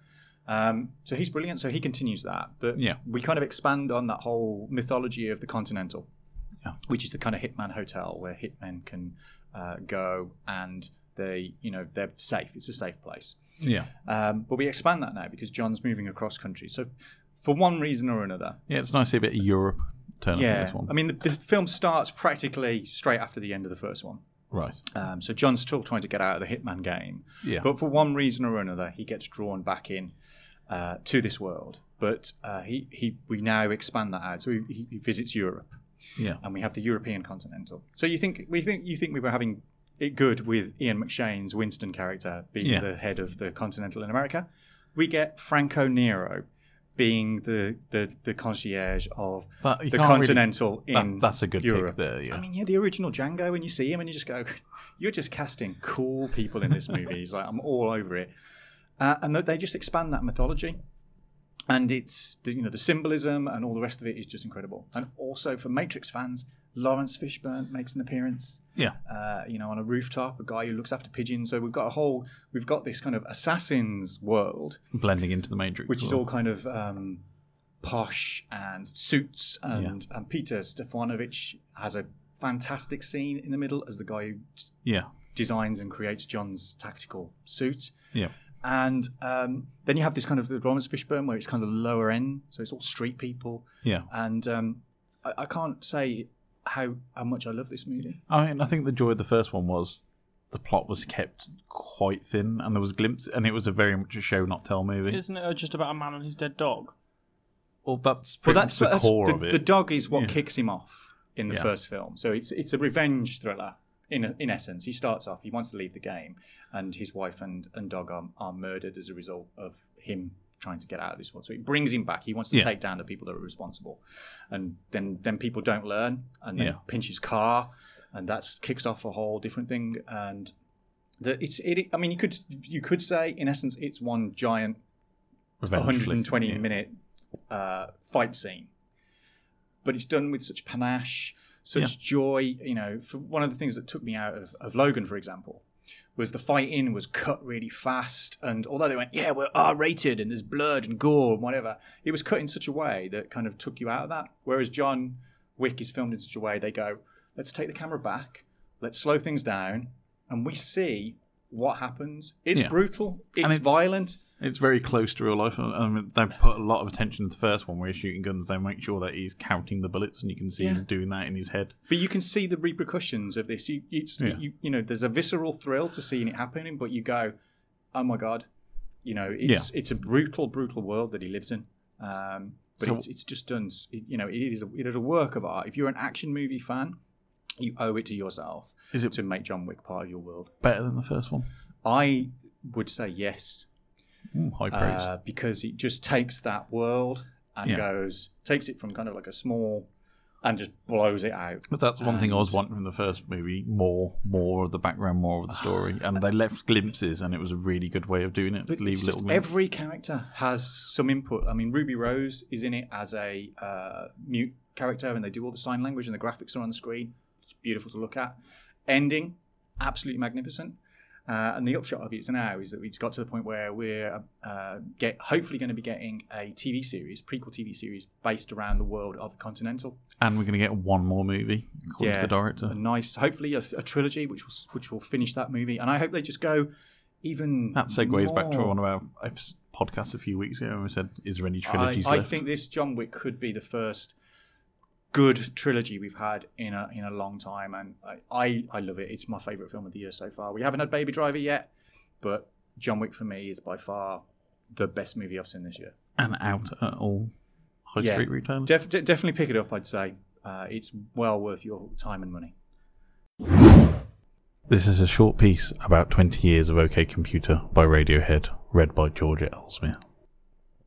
S3: Um, so he's brilliant. So he continues that, but
S2: Yeah.
S3: we kind of expand on that whole mythology of the Continental,
S2: Yeah.
S3: which is the kind of hitman hotel where hitmen can uh, go and they you know they're safe. It's a safe place.
S2: Yeah.
S3: Um, but we expand that now because John's moving across country. So, for one reason or another,
S2: Yeah, it's nice to see a bit of Europe turn up in
S3: yeah. um,
S2: this one.
S3: I mean, the, the film starts practically straight after the end of the first one.
S2: right.
S3: Um, so John's still trying to get out of the hitman game,
S2: Yeah.
S3: but for one reason or another, he gets drawn back in uh, to this world. But uh, he, he we now expand that out. So he, he- he visits Europe,
S2: yeah.
S3: and we have the European continental. So you think we think you think we were having it good with Ian McShane's Winston character being
S2: Yeah.
S3: the head of the Continental in America. We get Franco Nero being the the, the concierge of
S2: But you
S3: the
S2: can't really-
S3: Continental in
S2: That, that's a good pick
S3: Europe.
S2: there, yeah.
S3: I mean, yeah, the original Django, and you see him and you just go, (laughs) you're just casting cool people in this movie. He's like, I'm all over it. Uh, and that they just expand that mythology. And it's, the, you know, the symbolism and all the rest of it is just incredible. And also for Matrix fans, Lawrence Fishburne makes an appearance,
S2: yeah.
S3: uh, you know, on a rooftop, a guy who looks after pigeons. So we've got a whole, we've got this kind of assassin's world
S2: Blending into the Matrix.
S3: which
S2: as
S3: is
S2: well.
S3: all kind of um, posh and suits and, and Peter Stefanovic has a fantastic scene in the middle as the guy who
S2: Yeah.
S3: designs and creates John's tactical suit.
S2: Yeah.
S3: And um, then you have this kind of the Lawrence Fishburne where it's kind of lower end, so it's all street people.
S2: Yeah.
S3: And um, I, I can't say how how much I love this movie.
S2: I mean, I think the joy of the first one was the plot was kept quite thin,
S4: uh,
S2: and there was glimpses, and it was a very much a show not tell movie.
S4: Isn't it just about a man and his dead dog?
S2: Well, that's
S3: Well,
S2: pretty
S3: that's
S2: much the
S3: that's-
S2: core
S3: the,
S2: of it.
S3: the dog is what
S2: Yeah.
S3: kicks him off in the
S2: Yeah.
S3: first film. So it's it's a revenge thriller in in essence. He starts off. He wants to leave the game, and his wife and and dog are, are murdered as a result of him trying to get out of this one. So it brings him back. He wants to
S2: Yeah.
S3: take down the people that are responsible, and then then people don't learn, and then
S2: Yeah.
S3: pinch his car, and that kicks off a whole different thing. And the, it's it. I mean, you could you could say in essence it's one giant
S2: Eventually.
S3: 120
S2: Yeah.
S3: minute uh, fight scene. But it's done with such panache, such joy. You know, for one of the things that took me out of, of Logan, for example, was the fight in was cut really fast. And although they went, yeah, we're R rated and there's blood and gore and whatever, it was cut in such a way that kind of took you out of that. Whereas John Wick is filmed in such a way they go, let's take the camera back, let's slow things down, and we see what happens. It's
S2: Yeah.
S3: brutal, it's,
S2: it's-
S3: violent.
S2: It's very close to real life. I I mean, they put a lot of attention to the first one where he's shooting guns. They make sure that he's counting the bullets, and you can see
S3: Yeah.
S2: him doing that in his head.
S3: But you can see the repercussions of this. You, it's,
S2: Yeah.
S3: you, you know, there's a visceral thrill to seeing it happening, but you go, "Oh my god!" You know, it's it's a brutal, brutal world that he lives in. Um, but
S2: So-
S3: it's it's just done. s- It, you know, it is a, it is a work of art. If you're an action movie fan, you owe it to yourself
S2: Is it
S3: to make John Wick part of your world.
S2: better than the first one?
S3: I would say yes
S2: Mm, high praise.
S3: uh, because it just takes that world and
S2: Yeah.
S3: goes takes it from kind of like a small and just blows it out.
S2: But that's one thing I was
S3: And-
S2: wanting from the first movie: more, more of the background, more of the story. And they left glimpses, and it was a really good way of doing it.
S3: But
S2: Leave
S3: it's
S2: little
S3: just
S2: glimpses.
S3: every character has some input. I mean, Ruby Rose is in it as a uh, mute character, and they do all the sign language, and the graphics are on the screen. It's beautiful to look at. Ending, absolutely magnificent. Uh, and the upshot of it is now is that it's got to the point where we're uh, get hopefully going to be getting a TV series, prequel TV series based around the world of the Continental.
S2: and we're going to get one more movie, according to the
S3: a
S2: director.
S3: nice, hopefully a, a trilogy which will which will finish that movie. And I hope they just go even
S2: That segues back to
S3: more.
S2: one of our epis- podcasts a few weeks ago, and we said, "Is there any
S3: I,
S2: trilogies
S3: I
S2: left?"
S3: think this John Wick could be the first good trilogy we've had in a in a long time, and I I, I love it. It's my favorite film of the year so far. We haven't had Baby Driver yet, but John Wick for me is by far the best movie I've seen this year.
S2: and out at all high
S3: Yeah.
S2: street retailers.
S3: Def, de- definitely pick it up. I'd say uh, it's well worth your time and money.
S2: This is a short piece about 20 years of OK Computer by Radiohead, read by Georgia Ellsmere.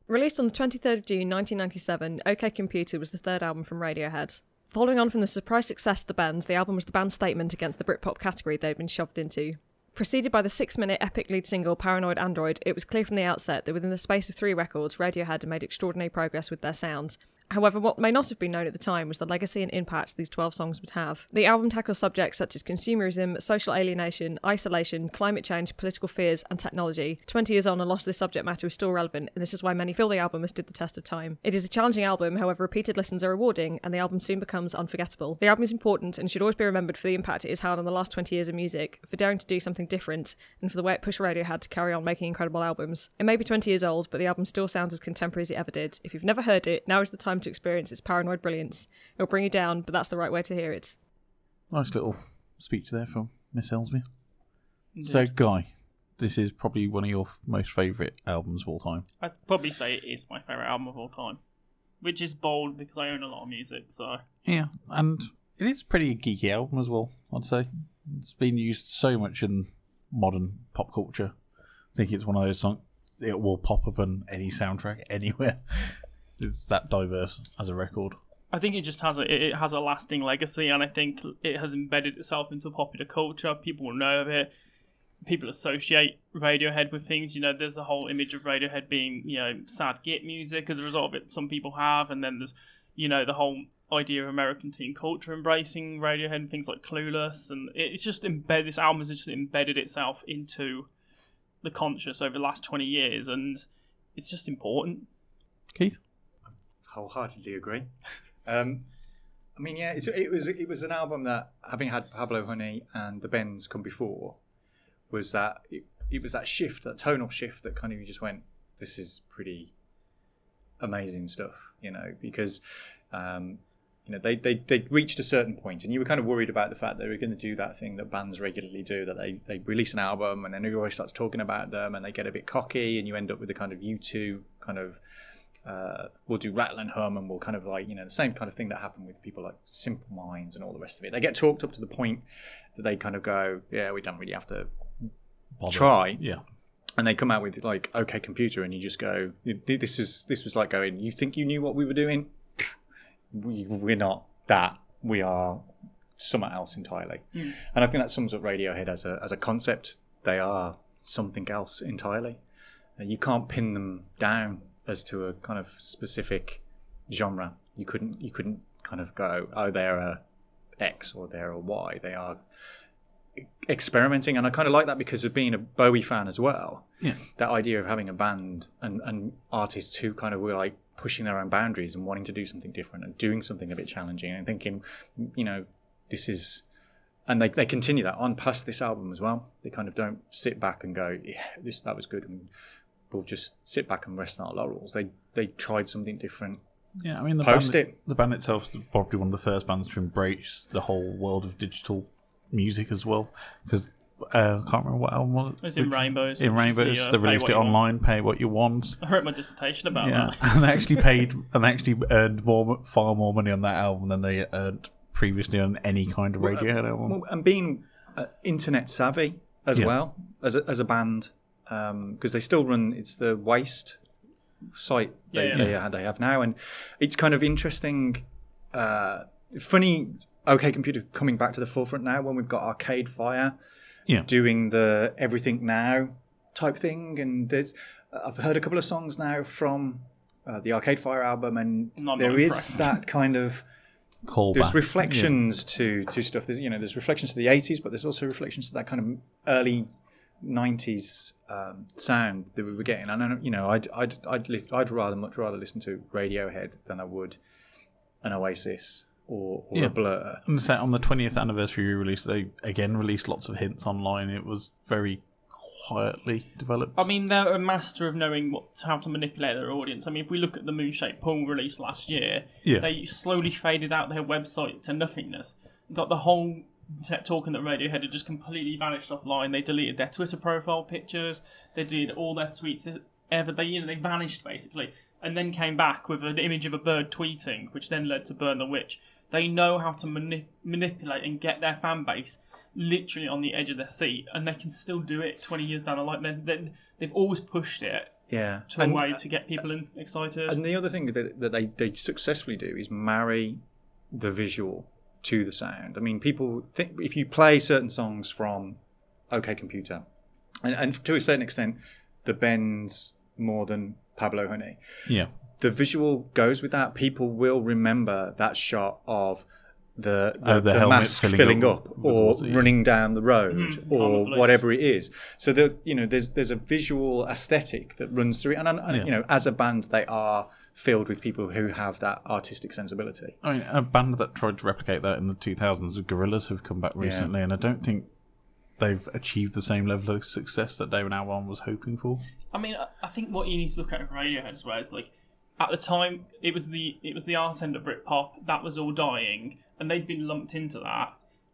S6: Released on the 23rd of June 1997, OK Computer was the third album from Radiohead. Following on from the surprise success of the band's, the album was the band's statement against the Britpop category they'd been shoved into. Preceded by the six minute epic lead single Paranoid Android, it was clear from the outset that within the space of three records, Radiohead had made extraordinary progress with their sound. However, what may not have been known at the time was the legacy and impact these 12 songs would have. The album tackles subjects such as consumerism, social alienation, isolation, climate change, political fears, and technology. 20 years on, a lot of this subject matter is still relevant, and this is why many feel the album has stood the test of time. It is a challenging album, however, repeated listens are rewarding, and the album soon becomes unforgettable. The album is important and should always be remembered for the impact it has had on the last 20 years of music, for daring to do something different, and for the way it pushed Radiohead to carry on making incredible albums. It may be 20 years old, but the album still sounds as contemporary as it ever did. If you've never heard it, now is the time to experience its paranoid brilliance. It'll bring you down, but that's the right way to hear it.
S2: Nice little speech there from Miss Ellsmere. So, Guy, this is probably one of your most favourite albums of all time.
S4: I'd probably say it is my favourite album of all time. Which is bold because I own a lot of music, so
S2: Yeah, and it is pretty geeky album as well, I'd say. It's been used so much in modern pop culture. I think it's one of those songs, it will pop up on any soundtrack (laughs) anywhere. It's that diverse as a record.
S4: I think it just has a it it has a lasting legacy, and I think it has embedded itself into popular culture. People will know of it. People associate Radiohead with things. You know, there's the whole image of Radiohead being you know sad git music. As a result of it, some people have, and then there's you know the whole idea of American teen culture embracing Radiohead and things like Clueless, and it- it's just embedded. This album has just embedded itself into the conscious over the last twenty years, and it's just important.
S2: Keith?
S3: wholeheartedly agree. Um, I mean, yeah, it's, it was it was an album that, having had Pablo Honey and the Bends come before, was that it, it was that shift, that tonal shift that kind of you just went, this is pretty amazing stuff, you know, because um, you know they, they they reached a certain point, and you were kind of worried about the fact they were going to do that thing that bands regularly do, that they they release an album and then everybody starts talking about them, and they get a bit cocky, and you end up with the kind of U two kind of uh, we'll do Rattle and Hum, and we'll kind of like you know the same kind of thing that happened with people like Simple Minds and all the rest of it. They get talked up to the point that they kind of go, yeah, we don't really have to
S7: Bother.
S3: try
S7: Yeah.
S3: and they come out with like okay computer and you just go this is this was like going you think you knew what we were doing we, we're not that we are somewhere else entirely and i think that sums up radiohead as a as a concept they are something else entirely And you can't pin them down as to a kind of specific genre you couldn't you couldn't kind of go oh they're a x or they're a y they are experimenting and i kind of like that because of being a bowie fan as well
S2: Yeah.
S3: that idea of having a band and, and artists who kind of were like pushing their own boundaries and wanting to do something different and doing something a bit challenging and thinking, you know, this is. And they, they continue that on past this album as well. They kind of don't sit back and go, yeah, this that was good, and we'll just sit back and rest on our laurels. They they tried something different.
S2: Yeah, I mean the
S3: Post
S2: band,
S3: it.
S2: the band itself is probably one of the first bands to embrace the whole world of digital music as well. Because uh, I can't remember what album was it.
S4: It's in
S2: Which-
S4: Rainbows.
S2: In Rainbows,
S4: The, uh,
S2: they
S4: Pay
S2: released
S4: What
S2: it
S4: You Want. Oh,
S2: online. Pay what you want.
S4: I wrote my dissertation about
S2: Yeah, (laughs)
S4: that.
S2: and they actually paid and they actually earned more, far more money on that album than they earned previously on any kind of Radiohead album.
S3: Well, and being uh, internet savvy as
S2: Yeah.
S3: well as a, as a band, because they still run it's the Waste site they,
S4: Yeah,
S3: They, they have now, and it's kind of interesting, uh, funny. OK Computer coming back to the forefront now when we've got Arcade Fire
S2: Yeah,
S3: doing the everything now type thing, and there's I've heard a couple of songs now from. Uh, the Arcade Fire album, and
S4: I'm not
S3: there is
S4: impressed.
S3: that kind of
S2: callback.
S3: there's reflections to to stuff. There's you know there's reflections to the '80s, but there's also reflections to that kind of early '90s um, sound that we were getting. And I don't you know I'd I'd I'd, li- I'd rather much rather listen to Radiohead than I would an Oasis or, or
S2: Yeah.
S3: a Blur.
S2: And so on the 20th anniversary release, they again released lots of hints online. It was very quietly developed.
S3: Um,
S4: I mean, they're a master of knowing what how to manipulate their audience. I mean, if we look at the Moonshaped Pool release last year,
S2: Yeah.
S4: they slowly faded out their website to nothingness. Got the whole tech talking that Radiohead had just completely vanished offline. They deleted their Twitter profile pictures. They did all their tweets ever. They you know, they vanished basically, and then came back with an image of a bird tweeting, which then led to Burn the Witch. They know how to mani- manipulate and get their fan base literally on the edge of their seat, and they can still do it 20 years down the line. Then then they've always pushed it
S3: Yeah,
S4: to a way to get people in, excited.
S3: And the other thing that, that they, they successfully do is marry the visual to the sound. I mean, people think if you play certain songs from OK Computer, and, and to a certain extent, the Bends more than Pablo Honey,
S2: yeah,
S3: the visual goes with that. People will remember that shot of the
S2: Oh,
S3: the,
S2: the
S3: the
S2: helmet
S3: mask
S2: filling
S3: filling,
S2: up with
S3: up, or
S2: water, yeah.
S3: running down the road or
S4: commonplace.
S3: whatever it is. So that you know, there's there's a visual aesthetic that runs through it, and, and
S2: Yeah.
S3: you know, as a band, they are filled with people who have that artistic sensibility.
S2: I mean, a band that tried to replicate that in the 2000s, the Gorillas, have come back recently, and I don't think they've achieved the same level of success that David Albarn was hoping for.
S4: I mean, I- I think what you need to look at with Radiohead as well is like, at the time, it was the it was the arse end of Britpop that was all dying, and they'd been lumped into that,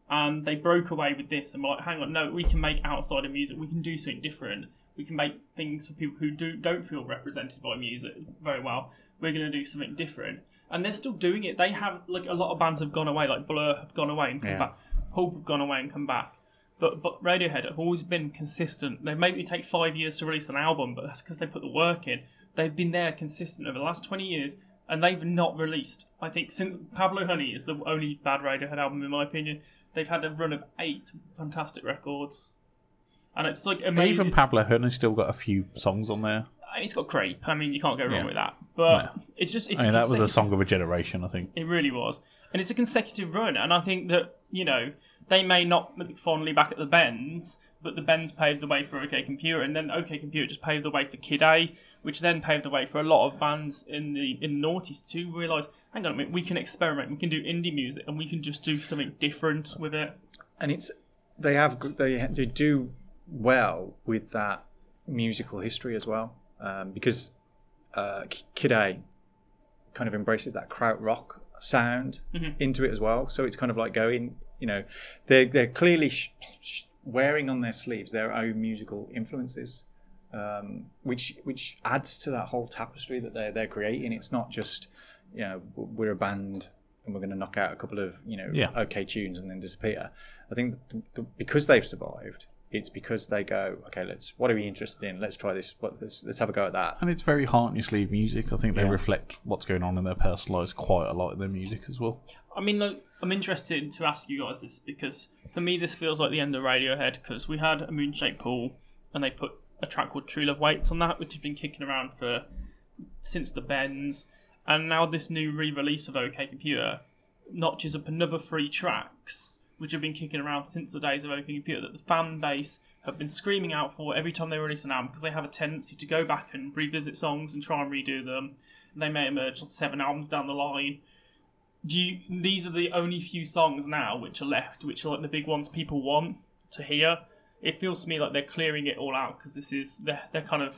S4: and they broke away with this and were like, hang on, no, we can make outside of music, we can do something different, we can make things for people who do don't feel represented by music very well. We're gonna do something different, and they're still doing it. They have like a lot of bands have gone away, like Blur have gone away and come
S3: Yeah.
S4: back, Pulp have gone away and come back. But but Radiohead have always been consistent. They maybe take five years to release an album, but that's because they put the work in. They've been there consistent over the last twenty years, and they've not released. I think since Pablo Honey is the only bad Radiohead album in my opinion. They've had a run of eight fantastic records, and it's like amazing.
S2: Even Pablo Honey's still got a few songs on there.
S4: And it's got creep. I mean, you can't go wrong
S2: Yeah.
S4: with that. But
S2: No.
S4: it's just it's
S2: I mean, that was a
S4: consecutive-
S2: song of a generation, I think.
S4: It really was, and it's a consecutive run. And I think that you know they may not look fondly back at the Bends, but the Bends paved the way for OK Computer, and then OK Computer just paved the way for Kid A, which then paved the way for a lot of bands in the in the noughties to realise, hang on a minute, we can experiment, we can do indie music, and we can just do something different with it.
S3: and it's they have good- they they do well with that musical history as well um, because uh, K- Kid A kind of embraces that kraut rock sound into it as well. So it's kind of like going, you know, they're they're clearly sh- sh- wearing on their sleeves their own musical influences um, which which adds to that whole tapestry that they're they're creating. It's not just you know w- we're a band and we're going to knock out a couple of you know
S2: Yeah.
S3: okay tunes and then disappear. I think th- th- because they've survived, it's because they go okay. Let's what are we interested in? Let's try this. What, let's let's have a go at that.
S2: And it's very heart on your sleeve music. I think they reflect what's going on in their personal lives quite a lot in their music as well.
S4: I mean, like, I'm interested to ask you guys this because for me, this feels like the end of Radiohead because we had a Moonshaped Pool and they put a track called True Love Waits on that, which has been kicking around for since the Bends, and now this new re-release of OK Computer notches up another three tracks which have been kicking around since the days of OK Computer that the fan base have been screaming out for every time they release an album because they have a tendency to go back and revisit songs and try and redo them. And they may emerge like, seven albums down the line do you, these are the only few songs now which are left, which are like the big ones people want to hear. It feels to me like they're clearing it all out because this is they're, they're kind of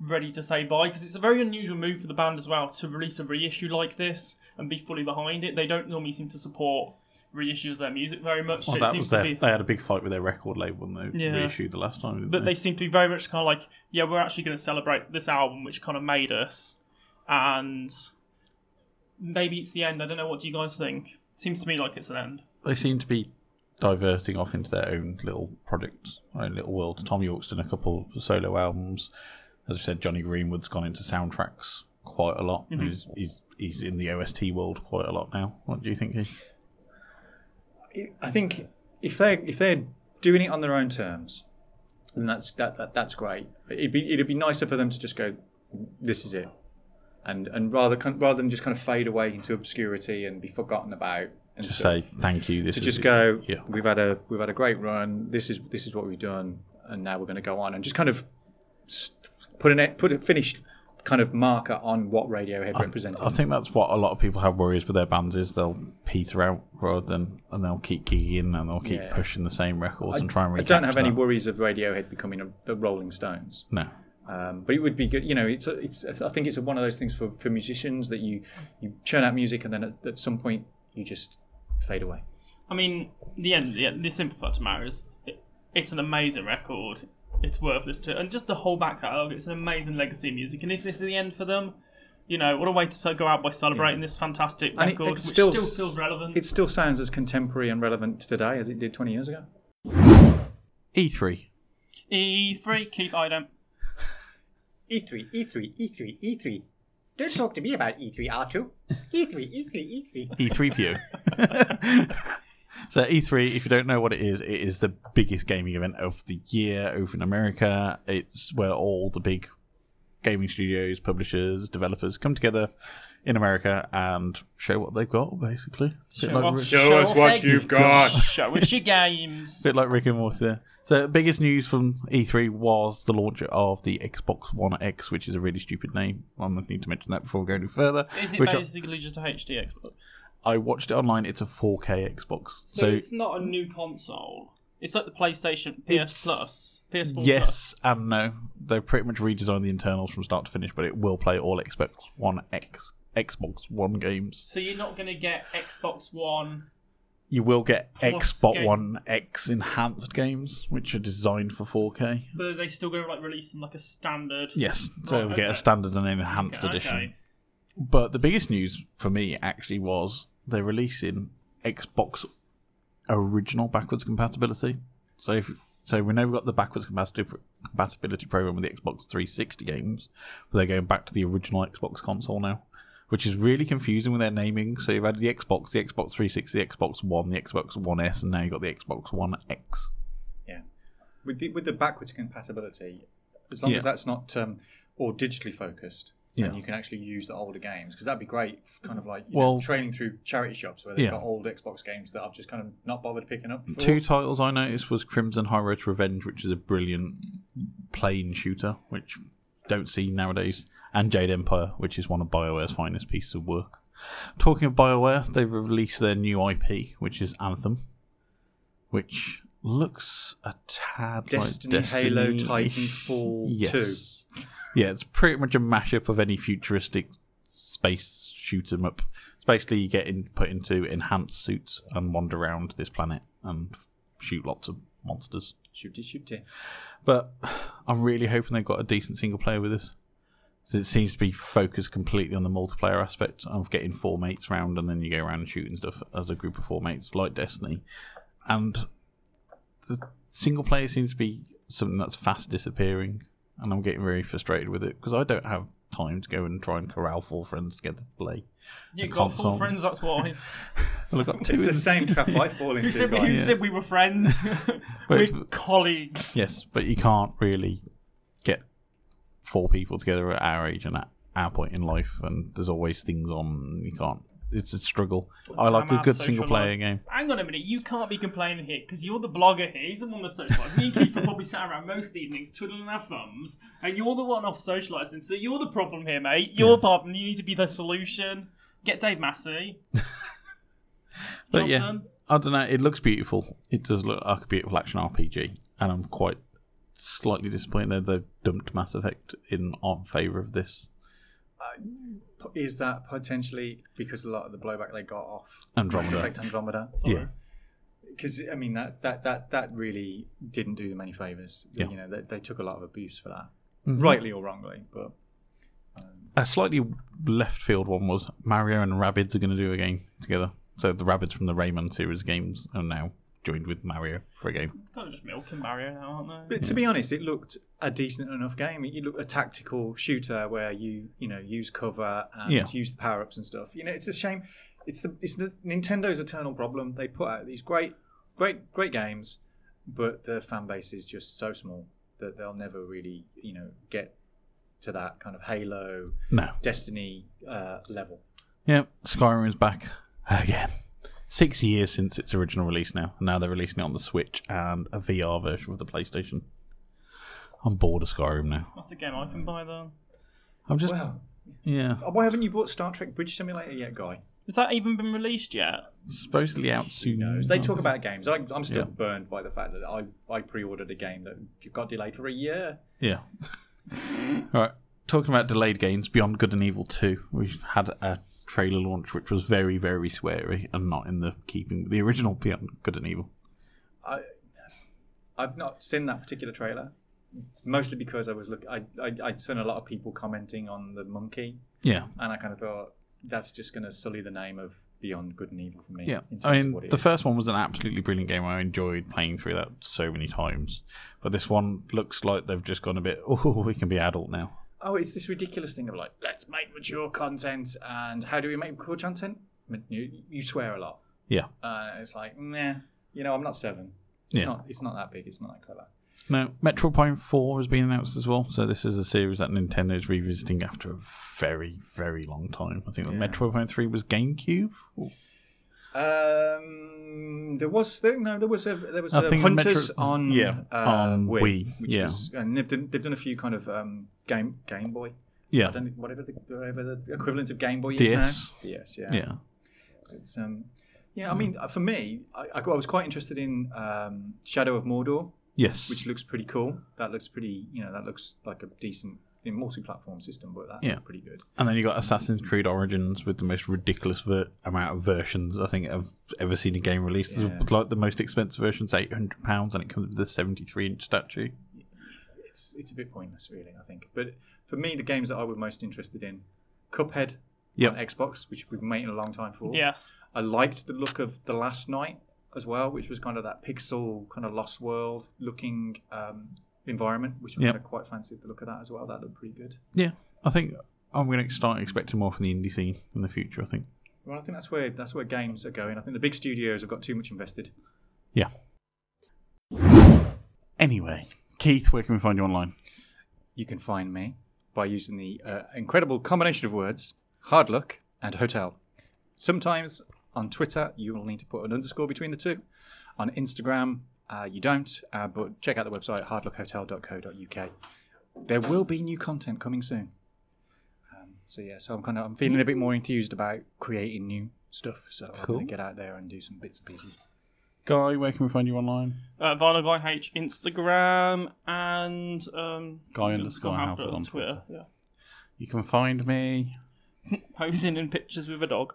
S4: ready to say bye because it's a very unusual move for the band as well to release a reissue like this and be fully behind it. They don't normally seem to support reissues of their music very much. so
S2: Well,
S4: it
S2: that
S4: seems
S2: was
S4: to
S2: their,
S4: be,
S2: they had a big fight with their record label when they
S4: Yeah.
S2: reissued the last time. Didn't
S4: but
S2: they?
S4: they seem to be very much kind of like, yeah, we're actually going to celebrate this album, which kind of made us, and maybe it's the end. I don't know. What do you guys think? Seems to me like it's an end.
S2: they seem to be diverting off into their own little projects, their own little world. Tom York's done a couple of solo albums. As I said, Johnny Greenwood's gone into soundtracks quite a lot. He's, he's he's in the OST world quite a lot now. What do you think? Heath?
S3: I think if they if they're doing it on their own terms, then that's that, that that's great. It'd be it'd be nicer for them to just go, this is it, and and rather kind- rather than just kind of fade away into obscurity and be forgotten about and
S2: Just
S3: stuff,
S2: say thank you. This
S3: to
S2: is
S3: just
S2: it.
S3: go,
S2: Yeah.
S3: we've had a we've had a great run. This is this is what we've done, and now we're going to go on and just kind of s- put an e- put a finished kind of marker on what Radiohead represented.
S2: I think that's what a lot of people have worries with their bands is they'll peter out rather than and they'll keep gigging and they'll keep
S3: Yeah.
S2: pushing the same records and try and
S3: I
S2: recapture
S3: don't have any
S2: that.
S3: worries of Radiohead becoming a, the Rolling Stones.
S2: No,
S3: Um, but it would be good, you know. It's a, it's. I think it's one of those things for, for musicians that you you churn out music and then at, at some point you just fade away.
S4: I mean, the end, the, the simple fact of the matter is, it, it's an amazing record. It's worthless to, and just the whole back catalogue. It's an amazing legacy of music, and if this is the end for them, you know, what a way to so- go out by celebrating this fantastic
S3: And it-
S4: record,
S3: it
S4: which
S3: still
S4: still,
S3: s-
S4: feels relevant.
S3: It still sounds as contemporary and relevant today as it did 20 years ago.
S2: E3.
S4: E3, Keith, E I don't.
S3: E3, E3, E3, E3. E Don't talk to me about E E3, R2. E3, E3, E3.
S2: E3PO. (laughs) so E3, if you don't know what it is, it is the biggest gaming event of the year over in America. It's where all the big gaming studios, publishers, developers come together in America and show what they've got, basically. A bit
S4: Show
S2: like,
S4: off-
S2: Rick-
S4: show us what you've
S3: got.
S4: Show us your games.
S2: bit like Rick and Morty. there. So biggest news from E3 was the launch of the Xbox One X, which is a really stupid name. I'm going to need to mention that before we go any further.
S4: Is it
S2: which I-
S4: basically just a HD Xbox?
S2: I, watched it online. It's a 4K Xbox.
S4: So, it's not a new console. It's like the PlayStation
S2: It's-
S4: PS Plus, PS4 Plus.
S2: Yes and no. They pretty much redesigned the internals from start to finish, but it will play all Xbox One X Xbox One games.
S4: So you're not going to get Xbox One
S2: You will get
S4: Plus
S2: Xbox
S4: game.
S2: One X enhanced games, which are designed for 4K.
S4: But are they still going to like release them like a standard?
S2: Yes, so
S4: Right,
S2: we get a
S4: okay.
S2: standard and an enhanced
S4: Okay,
S2: edition.
S4: okay.
S2: But the biggest news for me actually was they're releasing Xbox original backwards compatibility. So if so we know we've got the backwards compatibility compatibility program with the Xbox 360 games, but they're going back to the original Xbox console now, which is really confusing with their naming. So you've had the Xbox, the Xbox 360, the Xbox One, the Xbox One S, and now you've got the Xbox One X.
S3: Yeah. With the, with the backwards compatibility, as long
S2: Yeah.
S3: as that's not um, all digitally focused,
S2: Yeah.
S3: and you can actually use the older games, because that'd be great, for kind of like you
S2: Well-
S3: know, training through charity shops where they've
S2: Yeah. Mm.
S3: got old Xbox games that I've just kind of not bothered picking up. For.
S2: Two titles I noticed was Crimson High Road to Revenge, which is a brilliant plane shooter, which don't see nowadays, and Jade Empire, which is one of BioWare's finest pieces of work. Talking of BioWare, they've released their new IP, which is Anthem, which looks a tad
S3: Destiny,
S2: like Destiny
S3: Halo, Titanfall 2.
S2: Yes. Yeah, it's pretty much a mashup of any futuristic space shoot 'em up. It's basically you get in, put into enhanced suits and wander around this planet and shoot lots of monsters.
S3: Shooty shooty.
S2: But (sighs) I'm really hoping they've got a decent single player with this. 'Cause It seems to be focused completely on the multiplayer aspect of getting four mates round and then you go around and shooting stuff as a group of four mates, like Destiny. And the single player seems to be something that's fast disappearing, and I'm getting very frustrated with it because I don't have time to go and try and corral four friends together to play.
S4: You
S2: a
S4: got
S2: console.
S4: four friends, that's
S2: (laughs)
S4: why.
S2: Well, I've got two.
S3: It's
S2: in
S3: the same trap
S2: (laughs)
S3: I fall
S4: Who
S3: into.
S4: said,
S3: guys.
S4: who said we were friends?
S2: it's-
S4: (laughs) We're colleagues.
S2: Yes, but you can't really get four people together at our age and at our point in life, and there's always things on. You can't. It's a struggle. I like
S4: Time
S2: a
S4: out,
S2: good single
S4: social
S2: player
S4: life.
S2: game.
S4: Hang on a minute, you can't be complaining here because you're the blogger here. He's the one that's socialising. Me and Keith are probably sat around most evenings twiddling our thumbs, and you're the one off socialising. So you're the problem here, mate. You're the problem. You need to be the solution. Get Dave
S2: (laughs)
S4: Massey.
S2: But
S4: Job
S2: yeah,
S4: done.
S2: I don't know. It looks beautiful. It does look like a beautiful action RPG, and I'm quite slightly disappointed that they've dumped Mass Effect in on favor of this.
S3: Is that potentially because a lot of the blowback they got off
S2: Andromeda.
S3: Effect Andromeda?
S2: Yeah,
S3: Because I mean that, that that that really didn't do them any favors.
S2: Yeah. Mm-hmm.
S3: You know, they, they took a lot of abuse for that, rightly or wrongly. But
S2: a slightly left field one was Mario and Rabbids are going to do a game together. So the Rabbids from the Rayman series games are now joined with Mario for a game.
S4: Kind of just milking Mario now, aren't they?
S3: but to be honest, it looked a decent enough game. You look a tactical shooter where you you know use cover and
S2: Yeah.
S3: use the power ups and stuff. You know, it's a shame. It's the it's the Nintendo's eternal problem. They put out these great great great games, but their fan base is just so small that they'll never really you know get to that kind of Halo,
S2: No.
S3: Destiny uh, level.
S2: Yeah, Skyrim is back again. Six years since its original release now. and Now they're releasing it on the Switch and a VR version of the PlayStation. I'm bored of Skyrim now.
S4: That's a game I can buy though.
S2: I'm just
S3: Wow.
S2: yeah.
S3: Why haven't you bought Star Trek Bridge Simulator yet, Guy?
S4: Has that even been released yet?
S2: Supposedly out soon.
S3: They talk about games. I, I'm still
S2: Yeah.
S3: burned by the fact that I, I pre-ordered a game that got delayed for a year.
S2: Yeah. (laughs) All right. Talking about delayed games, Beyond Good and Evil 2, we had a trailer launch which was very, very sweary and not in the keeping with the original Beyond Good and Evil.
S3: I've not seen that particular trailer, mostly because I was look. I, I I'd seen a lot of people commenting on the monkey,
S2: Yeah.
S3: and I kind of thought that's just going to sully the name of Beyond Good and Evil for me.
S2: Yeah.
S3: in terms
S2: I
S3: of
S2: mean,
S3: what it
S2: the
S3: is.
S2: first one was an absolutely brilliant game. I enjoyed playing through that so many times. But this one looks like they've just gone a bit, (laughs) oh, we can be adult now.
S3: Oh, it's this ridiculous thing of like, let's make mature content, and how do we make mature content? I mean, You, you swear a lot.
S2: Yeah.
S3: Uh, it's like, nah, you know, I'm not seven. It's
S2: Yeah.
S3: not. It's not that big. It's not that clever.
S2: Now, Metroid Prime 4 has been announced as well. So, this is a series that Nintendo is revisiting after a very, very long time. I think that Metroid Prime 3 was GameCube.
S3: Um, there was there, no, there was a there was
S2: I
S3: a
S2: think
S3: Hunters
S2: Metro-
S3: on
S2: yeah,
S3: uh,
S2: on
S3: Wii,
S2: Wii,
S3: which
S2: yeah.
S3: was, and they've done, they've done a few kind of um, game Game Boy.
S2: Yeah.
S3: I don't think- whatever the, whatever the equivalent of Game Boy
S2: DS.
S3: is now. DS, yeah,
S2: Yeah. Hmm.
S3: It's, um, yeah. I mean, uh, for me, I, I got- I was quite interested in um, Shadow of Mordor,
S2: Yes.
S3: which looks pretty cool. That looks pretty, you know, that looks like a decent in multi-platform system, but that's
S2: Yeah.
S3: pretty good.
S2: and then you got Assassin's Creed Origins with the most ridiculous ver- amount of versions I think I've ever seen a game released. It's
S3: Yeah.
S2: Like the most expensive version's eight hundred pounds, and it comes with a seventy-three inch statue.
S3: It's it's a bit pointless, really. I think, but for me, the games that I was most interested in, Cuphead. on
S2: Yep.
S3: Xbox, which we've been waiting a long time for.
S4: Yes.
S3: I liked the look of The Last Night as well, which was kind of that pixel, kind of Lost World looking um, environment, which I
S2: Yep.
S3: kind of quite fancied the look of that as well. That looked pretty good.
S2: Yeah, I think I'm going to start expecting more from the indie scene in the future. I think.
S3: Well, I think that's where that's where games are going. I think the big studios have got too much invested.
S2: Yeah. Anyway, Keith, where can we find you online?
S3: You can find me by using the uh, incredible combination of words hard luck and hotel. Sometimes on Twitter, you will need to put an underscore between the two. On Instagram, uh, you don't, uh, but check out the website hardluckhotel.co.uk. There will be new content coming soon. Um, so yeah, so I'm kind of I'm feeling a bit more enthused about creating new stuff. So I'm
S2: Cool.
S3: gonna get out there and do some bits and pieces.
S2: Guy, where can we find you online?
S4: Uh, Vinyl Guy H Instagram and um,
S2: Guy underscore
S4: Halford
S2: Halford on
S4: Twitter. Yeah.
S2: You can find me
S4: Posing in pictures with a dog.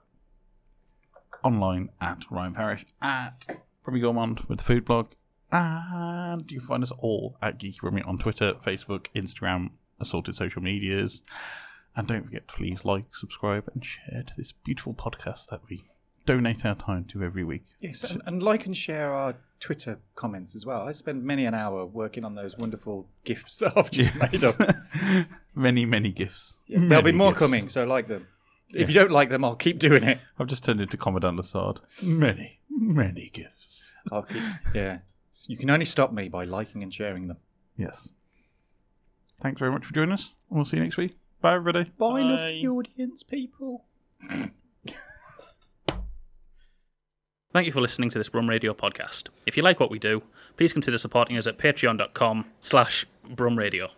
S2: online at Ryan Parish at Remy Gormond with the food blog. And you can find us all at Geeky Remy on Twitter, Facebook, Instagram, assorted social medias. And don't forget to please like, subscribe, and share to this beautiful podcast that we donate our time to every week.
S3: (laughs) Yes, and, and like and share our Twitter comments as well. I spend many an hour working on those wonderful gifts that I've just made up. (laughs)
S2: (laughs) many, many gifts.
S3: There'll be
S2: Many
S3: more
S2: gifts.
S3: coming, so like them. If you don't like them, I'll keep doing it.
S2: I've just turned into Commandant Lassard. Many, many gifts.
S3: I'll keep. (laughs) Yeah, you can only stop me by liking and sharing them.
S2: Yes. Thanks very much for joining us. and We'll see you next week. Bye, everybody.
S3: Bye, love
S4: Bye.
S3: the audience, people.
S7: Thank you for listening to this Brum Radio podcast. If you like what we do, please consider supporting us at patreon.com slash brumradio.